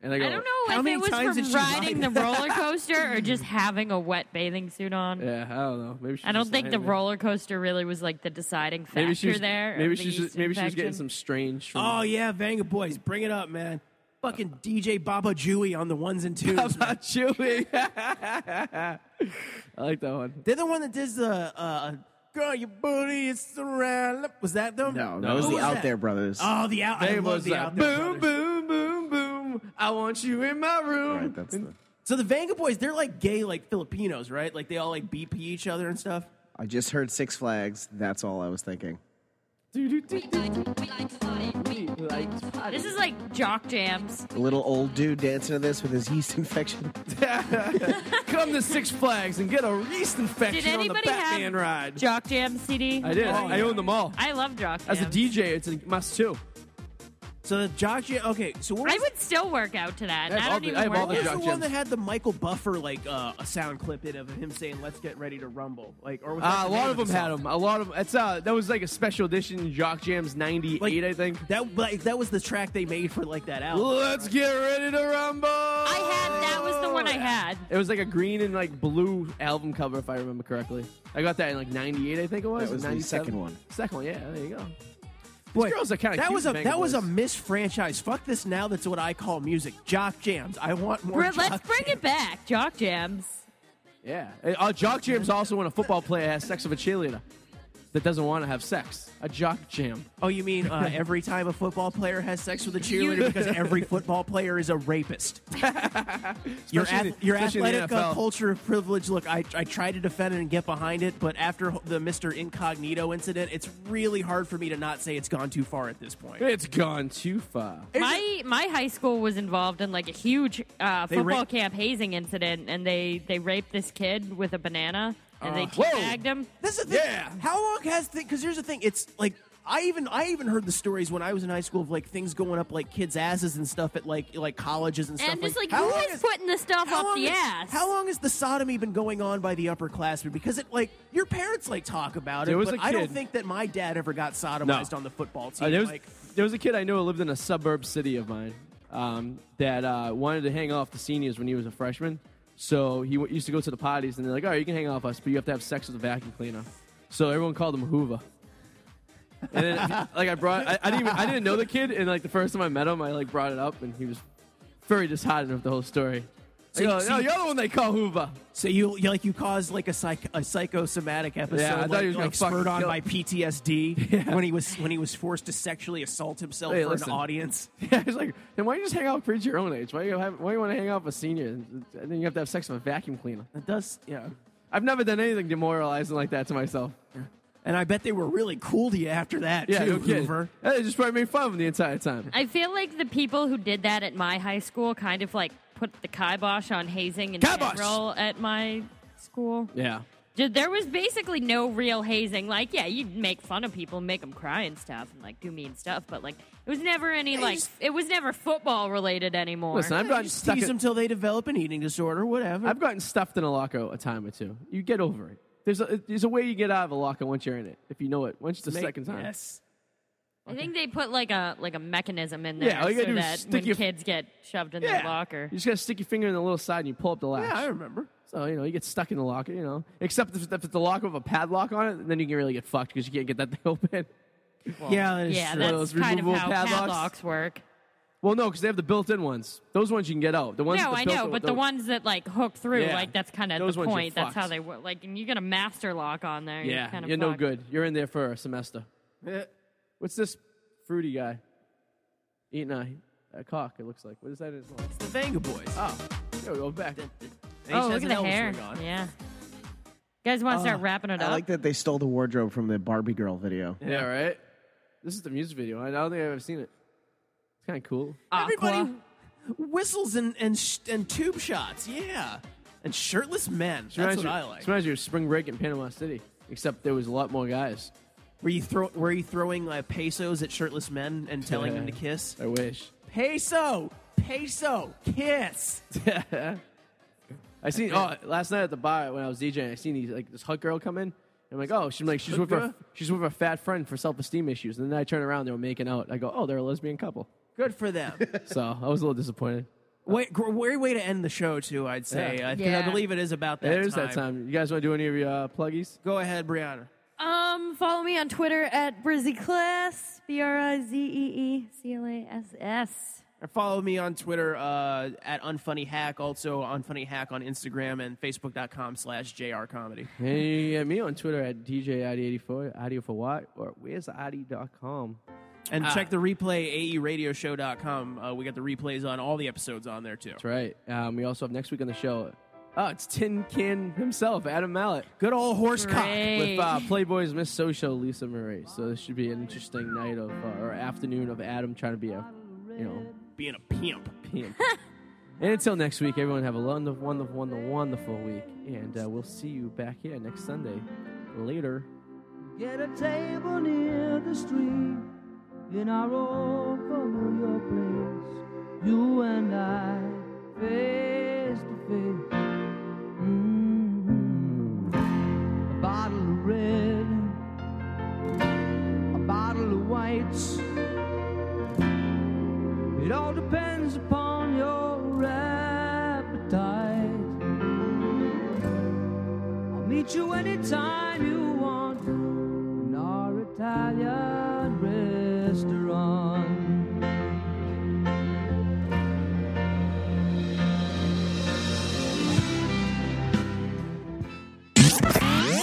Speaker 3: And I go,
Speaker 5: I don't
Speaker 4: How
Speaker 5: know if
Speaker 4: many
Speaker 5: it was
Speaker 4: times did
Speaker 5: from
Speaker 4: she
Speaker 5: riding the
Speaker 4: ride?
Speaker 5: roller coaster or just having a wet bathing suit on.
Speaker 3: Yeah, I don't know. Maybe she's
Speaker 5: I don't
Speaker 3: just
Speaker 5: think the
Speaker 3: lying to me.
Speaker 5: roller coaster really was like the deciding factor
Speaker 3: Maybe she was,
Speaker 5: there. of
Speaker 3: Maybe
Speaker 5: the
Speaker 3: she's
Speaker 5: yeast
Speaker 3: just, maybe she's getting
Speaker 5: infection.
Speaker 3: some strange. From,
Speaker 4: Oh yeah, Vanga boys, bring it up, man. Fucking DJ Baba Jui on the ones and twos.
Speaker 3: How
Speaker 4: man.
Speaker 3: about chewing? I like that one.
Speaker 4: They're the one that does the uh, "Girl, your booty is surrounded." Was that them?
Speaker 6: No, that was
Speaker 4: Who
Speaker 6: the
Speaker 4: was
Speaker 6: Out
Speaker 4: that?
Speaker 6: There Brothers.
Speaker 4: Oh, the out. I
Speaker 3: They
Speaker 4: love
Speaker 3: was
Speaker 4: the
Speaker 3: like,
Speaker 4: out. There
Speaker 3: boom,
Speaker 4: Brothers.
Speaker 3: boom, boom, boom. I want you in my room.
Speaker 6: right, that's the,
Speaker 4: So the Vanga boys, they're like gay, like Filipinos, right? Like they all like BP each other and stuff.
Speaker 6: I just heard Six Flags. That's all I was thinking.
Speaker 5: This is like jock jams.
Speaker 6: The little old dude dancing to this with his yeast infection.
Speaker 3: Come to Six Flags and get a yeast
Speaker 5: Did
Speaker 3: infection on the
Speaker 5: anybody
Speaker 3: Batman
Speaker 5: have
Speaker 3: ride.
Speaker 5: jock jam CD?
Speaker 3: I did. I own them all.
Speaker 5: I love jock
Speaker 3: As
Speaker 5: jams.
Speaker 3: a DJ, it's a must too.
Speaker 4: So the jock jam. Okay, so where
Speaker 5: I
Speaker 4: was-
Speaker 5: would still work out to that.
Speaker 3: I have
Speaker 5: I
Speaker 3: all
Speaker 5: don't
Speaker 3: the-
Speaker 5: even
Speaker 3: I have
Speaker 5: work
Speaker 3: all the
Speaker 5: out.
Speaker 4: Who's
Speaker 3: jock
Speaker 4: the one
Speaker 3: jams.
Speaker 4: that had the Michael Buffer like uh, a sound clip in of him saying "Let's get ready to rumble"? Like, or was that
Speaker 3: Uh, a
Speaker 4: the
Speaker 3: lot
Speaker 4: name
Speaker 3: of them
Speaker 4: the
Speaker 3: had
Speaker 4: song?
Speaker 3: them. A lot of that's uh that was like a special edition Jock Jams '98,
Speaker 4: Like,
Speaker 3: I think.
Speaker 4: That like that was the track they made for like that album.
Speaker 3: Let's get ready to rumble.
Speaker 5: I had that was the one
Speaker 3: Oh,
Speaker 5: I had.
Speaker 3: It was like a green and like blue album cover, if I remember correctly. I got that in like '98, I think it was.
Speaker 6: That was the
Speaker 3: 97.
Speaker 6: second one.
Speaker 3: Second one, yeah. There you go.
Speaker 4: Boy,
Speaker 3: girls are kinda
Speaker 4: that
Speaker 3: cute
Speaker 4: was a
Speaker 3: and bangable
Speaker 4: that was a
Speaker 3: boys.
Speaker 4: misfranchise. Fuck this now. That's what I call music. Jock jams. I want more.
Speaker 5: Br-
Speaker 4: jock
Speaker 5: Let's bring
Speaker 4: jams.
Speaker 5: it back. Jock jams.
Speaker 3: Yeah. Uh, jock Jams also when a football player has sex with a cheerleader that doesn't want to have sex. A Jock Jam.
Speaker 4: Oh, you mean uh, every time a football player has sex with a cheerleader
Speaker 5: You-
Speaker 4: because every football player is a rapist? your
Speaker 3: Especially
Speaker 4: ath-
Speaker 3: the-
Speaker 4: your
Speaker 3: especially in the
Speaker 4: athletic uh,
Speaker 3: NFL.
Speaker 4: culture of privilege. Look, I, I try to defend it and get behind it, but after the Mr. Incognito incident, it's really hard for me to not say it's gone too far at this point.
Speaker 3: It's gone too far.
Speaker 5: My my high school was involved in like a huge uh,
Speaker 4: They
Speaker 5: football
Speaker 4: ra-
Speaker 5: camp hazing incident, and they they raped this kid with a banana, and they
Speaker 3: Uh, whoa.
Speaker 5: tagged him.
Speaker 4: That's the thing.
Speaker 3: Yeah.
Speaker 4: How long has the? Because here's the thing. It's like I even I even heard the stories when I was in high school of like things going up like kids' asses and stuff at like like colleges and stuff.
Speaker 5: And just like,
Speaker 4: how
Speaker 5: who
Speaker 4: long
Speaker 5: is putting the stuff
Speaker 4: how
Speaker 5: up
Speaker 4: long
Speaker 5: the
Speaker 4: has-
Speaker 5: ass?
Speaker 4: How long has the sodomy been going on by the upperclassmen? Because it like your parents like talk about it,
Speaker 3: There was
Speaker 4: but
Speaker 3: a
Speaker 4: I don't
Speaker 3: kid-
Speaker 4: think that my dad ever got sodomized on the football team.
Speaker 3: Uh, there, was,
Speaker 4: like,
Speaker 3: there was a kid I knew who lived in a suburb city of mine um, that uh, wanted to hang off the seniors when he was a freshman. So he w- used to go to the parties, and they're like, all right, you can hang off us, but you have to have sex with a vacuum cleaner. So everyone called him Hoover. And then, like, I brought, I, I, didn't even, I didn't know the kid, and like the first time I met him, I like brought it up, and he was very disheartened with the whole story.
Speaker 4: So
Speaker 3: I
Speaker 4: you-
Speaker 3: go,
Speaker 4: so
Speaker 3: no,
Speaker 4: you-
Speaker 3: you're the one they call Hoover.
Speaker 4: so you, you like you caused like a psych a psychosomatic episode.
Speaker 3: Yeah, I thought
Speaker 4: like,
Speaker 3: he was gonna
Speaker 4: like
Speaker 3: fucking
Speaker 4: spurred on
Speaker 3: kill-
Speaker 4: by PTSD when he was when he was forced to sexually assault himself
Speaker 3: Hey,
Speaker 4: for
Speaker 3: listen.
Speaker 4: an audience.
Speaker 3: Yeah, it's like, then why don't you just hang out with kids your own age? Why you have, why you want to hang out with a senior? And then you have to have sex with a vacuum cleaner.
Speaker 4: It does, yeah.
Speaker 3: I've never done anything demoralizing like that to myself.
Speaker 4: And I bet they were really cool to you after that
Speaker 3: Yeah,
Speaker 4: too,
Speaker 3: no kidding.
Speaker 4: Hoover.
Speaker 3: Yeah, They just probably made fun of him the entire time.
Speaker 5: I feel like the people who did that at my high school kind of like put the kibosh on hazing in
Speaker 3: Kibosh!
Speaker 5: general at my school.
Speaker 3: Yeah.
Speaker 5: Ju- There was basically no real hazing. Like, yeah, you'd make fun of people, make them cry and stuff, and like do mean stuff, but like it was never any like
Speaker 4: just-
Speaker 5: it was never football related anymore.
Speaker 3: Listen, I've gotten
Speaker 4: Just
Speaker 3: stuck.
Speaker 4: tease them
Speaker 3: In,
Speaker 4: till they develop an eating disorder, whatever.
Speaker 3: I've gotten stuffed in a locker a time or two. You get over it. There's a there's a way you get out of a locker once you're in it. If you know it, once the
Speaker 4: Make-
Speaker 3: second time.
Speaker 4: Yes.
Speaker 5: I think they put like a like a mechanism in there
Speaker 3: Yeah, all you
Speaker 5: so
Speaker 3: gotta do is
Speaker 5: that
Speaker 3: stick
Speaker 5: when
Speaker 3: your-
Speaker 5: kids get shoved in
Speaker 3: Yeah.
Speaker 5: their locker.
Speaker 3: You just gotta stick your finger in the little side and you pull up the latch.
Speaker 4: Yeah, I remember.
Speaker 3: So you know you get stuck in the locker. You know, except if, if it's the locker with a padlock on it, then you can really get fucked because you can't get that thing open.
Speaker 5: Well,
Speaker 4: Yeah, that is
Speaker 5: yeah,
Speaker 4: true.
Speaker 5: that's
Speaker 3: Those
Speaker 5: kind of
Speaker 3: removable
Speaker 5: how
Speaker 3: padlocks?
Speaker 5: padlocks work.
Speaker 3: Well, no, because they have the built-in ones. Those ones you can get out. The ones
Speaker 5: No,
Speaker 3: with the
Speaker 5: I know,
Speaker 3: built-in-
Speaker 5: but the
Speaker 3: those-
Speaker 5: ones that like hook through,
Speaker 3: Yeah.
Speaker 5: like that's kind of
Speaker 3: Those
Speaker 5: the
Speaker 3: ones you're
Speaker 5: point. That's how
Speaker 3: fucked.
Speaker 5: they work. Like, and you get a master lock on there.
Speaker 3: Yeah,
Speaker 5: kind of
Speaker 3: you're no good. You're in there for a semester. What's this fruity guy eating a, a cock? It looks like. What is that in his mouth?
Speaker 4: The Vanga Boys.
Speaker 3: Oh, there we go back.
Speaker 4: And
Speaker 5: Oh,
Speaker 4: she
Speaker 5: look
Speaker 4: has
Speaker 5: at
Speaker 4: an
Speaker 5: the
Speaker 4: Elvis
Speaker 5: hair.
Speaker 4: ring on.
Speaker 5: Yeah. You guys want to start wrapping it
Speaker 6: Uh, I
Speaker 5: up?
Speaker 6: like that they stole the wardrobe from the Barbie girl video.
Speaker 3: Yeah, right. This is the music video. I don't think I've ever seen it. It's kind of cool.
Speaker 4: Everybody
Speaker 5: Aqua.
Speaker 4: whistles and and sh- and tube shots. Yeah, and shirtless men. That's
Speaker 3: reminds
Speaker 4: what
Speaker 3: you,
Speaker 4: I like.
Speaker 3: this reminds you of spring break in Panama City, except there was a lot more guys.
Speaker 4: Were you throw Were you throwing uh, pesos at shirtless men and telling them to kiss?
Speaker 3: I wish.
Speaker 4: Peso, peso, kiss.
Speaker 3: I seen. Oh, last night at the bar when I was DJing, I seen these like this hot girl come in. I'm like, oh, she's like she's with her she's with her fat friend for self esteem issues. And then I turn around, they were making out. I go, oh, they're a lesbian couple.
Speaker 4: Good for them.
Speaker 3: So I was a little disappointed.
Speaker 4: Wait, gr- great way to end the show too. I'd say
Speaker 3: Yeah.
Speaker 4: Uh, 'cause I
Speaker 5: Yeah.
Speaker 4: believe it is about that.
Speaker 3: It is that time. You guys want to do any of your uh, pluggies?
Speaker 4: Go ahead, Brianna.
Speaker 5: Um, follow me on Twitter at BrizzyClass. B R I Z E E C L A S S.
Speaker 4: Or follow me on Twitter uh, at unfunnyhack. Also unfunnyhack on Instagram and Facebook.com slash jrcomedy.
Speaker 3: And you get me on Twitter at DJ ID84, audio for what? Or where's ID.com?
Speaker 4: And check the replay, E aeradioshow.com. Uh, we got the replays on all the episodes on there, too.
Speaker 3: That's right. Um, we also have next week on the show. Oh, it's Tin Can himself, Adam Mallet,
Speaker 4: Good old horse cock.
Speaker 5: Great.
Speaker 3: with uh, Playboy's Miss Social, Lisa Marie. So this should be an interesting night of uh, or afternoon of Adam trying to be a, you know,
Speaker 4: Being a pimp.
Speaker 3: pimp. and until next week, everyone have a wonderful, wonderful, wonderful, wonderful week, and uh, we'll see you back here next Sunday. Later.
Speaker 9: Get a table near the street in our old familiar place. You and I, face to face. mm A bottle of red, a bottle of whites. It all depends upon your appetite. I'll meet you anytime you want in our Italian restaurant.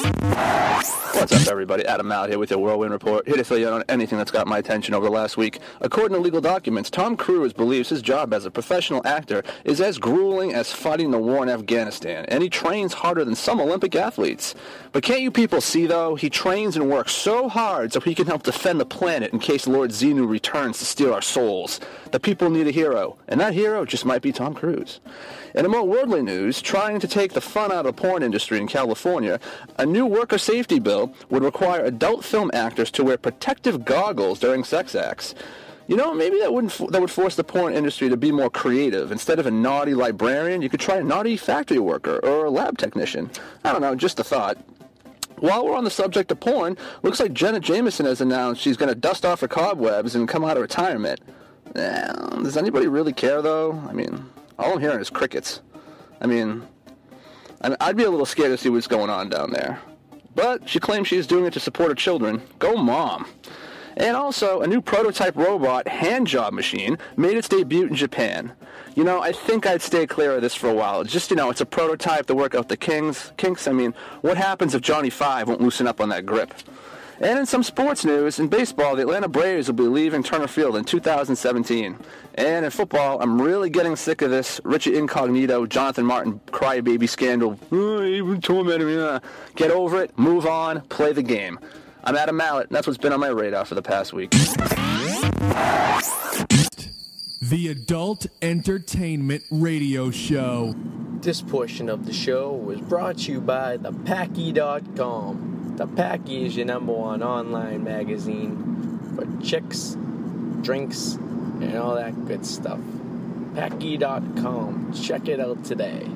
Speaker 10: What's up, everybody? Adam out here with your whirlwind report. Here to fill you in on anything that's got my attention over the last week. According to legal documents, Tom Cruise believes his job as a professional actor is as grueling as fighting the war in Afghanistan, and he trains harder than some Olympic athletes. But can't you people see, though? He trains and works so hard so he can help defend the planet in case Lord Xenu returns to steal our souls. The people need a hero, and that hero just might be Tom Cruise. In a more worldly news, trying to take the fun out of the porn industry in California, a new worker safety bill would require adult film actors to wear protective goggles during sex acts. You know, maybe that wouldn't that would force the porn industry to be more creative. Instead of a naughty librarian, you could try a naughty factory worker or a lab technician. I don't know, just a thought. While we're on the subject of porn, looks like Jenna Jameson has announced she's going to dust off her cobwebs and come out of retirement. Eh, does anybody really care, though? I mean, all I'm hearing is crickets. I mean, I- I'd be a little scared to see what's going on down there. But she claims she is doing it to support her children. Go, mom. And also, a new prototype robot hand job machine made its debut in Japan. You know, I think I'd stay clear of this for a while. Just, you know, it's a prototype to work out the kings, kinks. I mean, what happens if Johnny Five won't loosen up on that grip? And in some sports news, in baseball, the Atlanta Braves will be leaving Turner Field in 2017. And in football, I'm really getting sick of this Richie Incognito, Jonathan Martin crybaby scandal. Oh, he tormented me. uh. Get over it, move on, play the game. I'm Adam Mallet, and that's what's been on my radar for the past week.
Speaker 1: The Adult Entertainment Radio Show.
Speaker 3: This portion of the show was brought to you by thepacky.com. The Packy is your number one online magazine for chicks, drinks, and all that good stuff. Packy.com. Check it out today.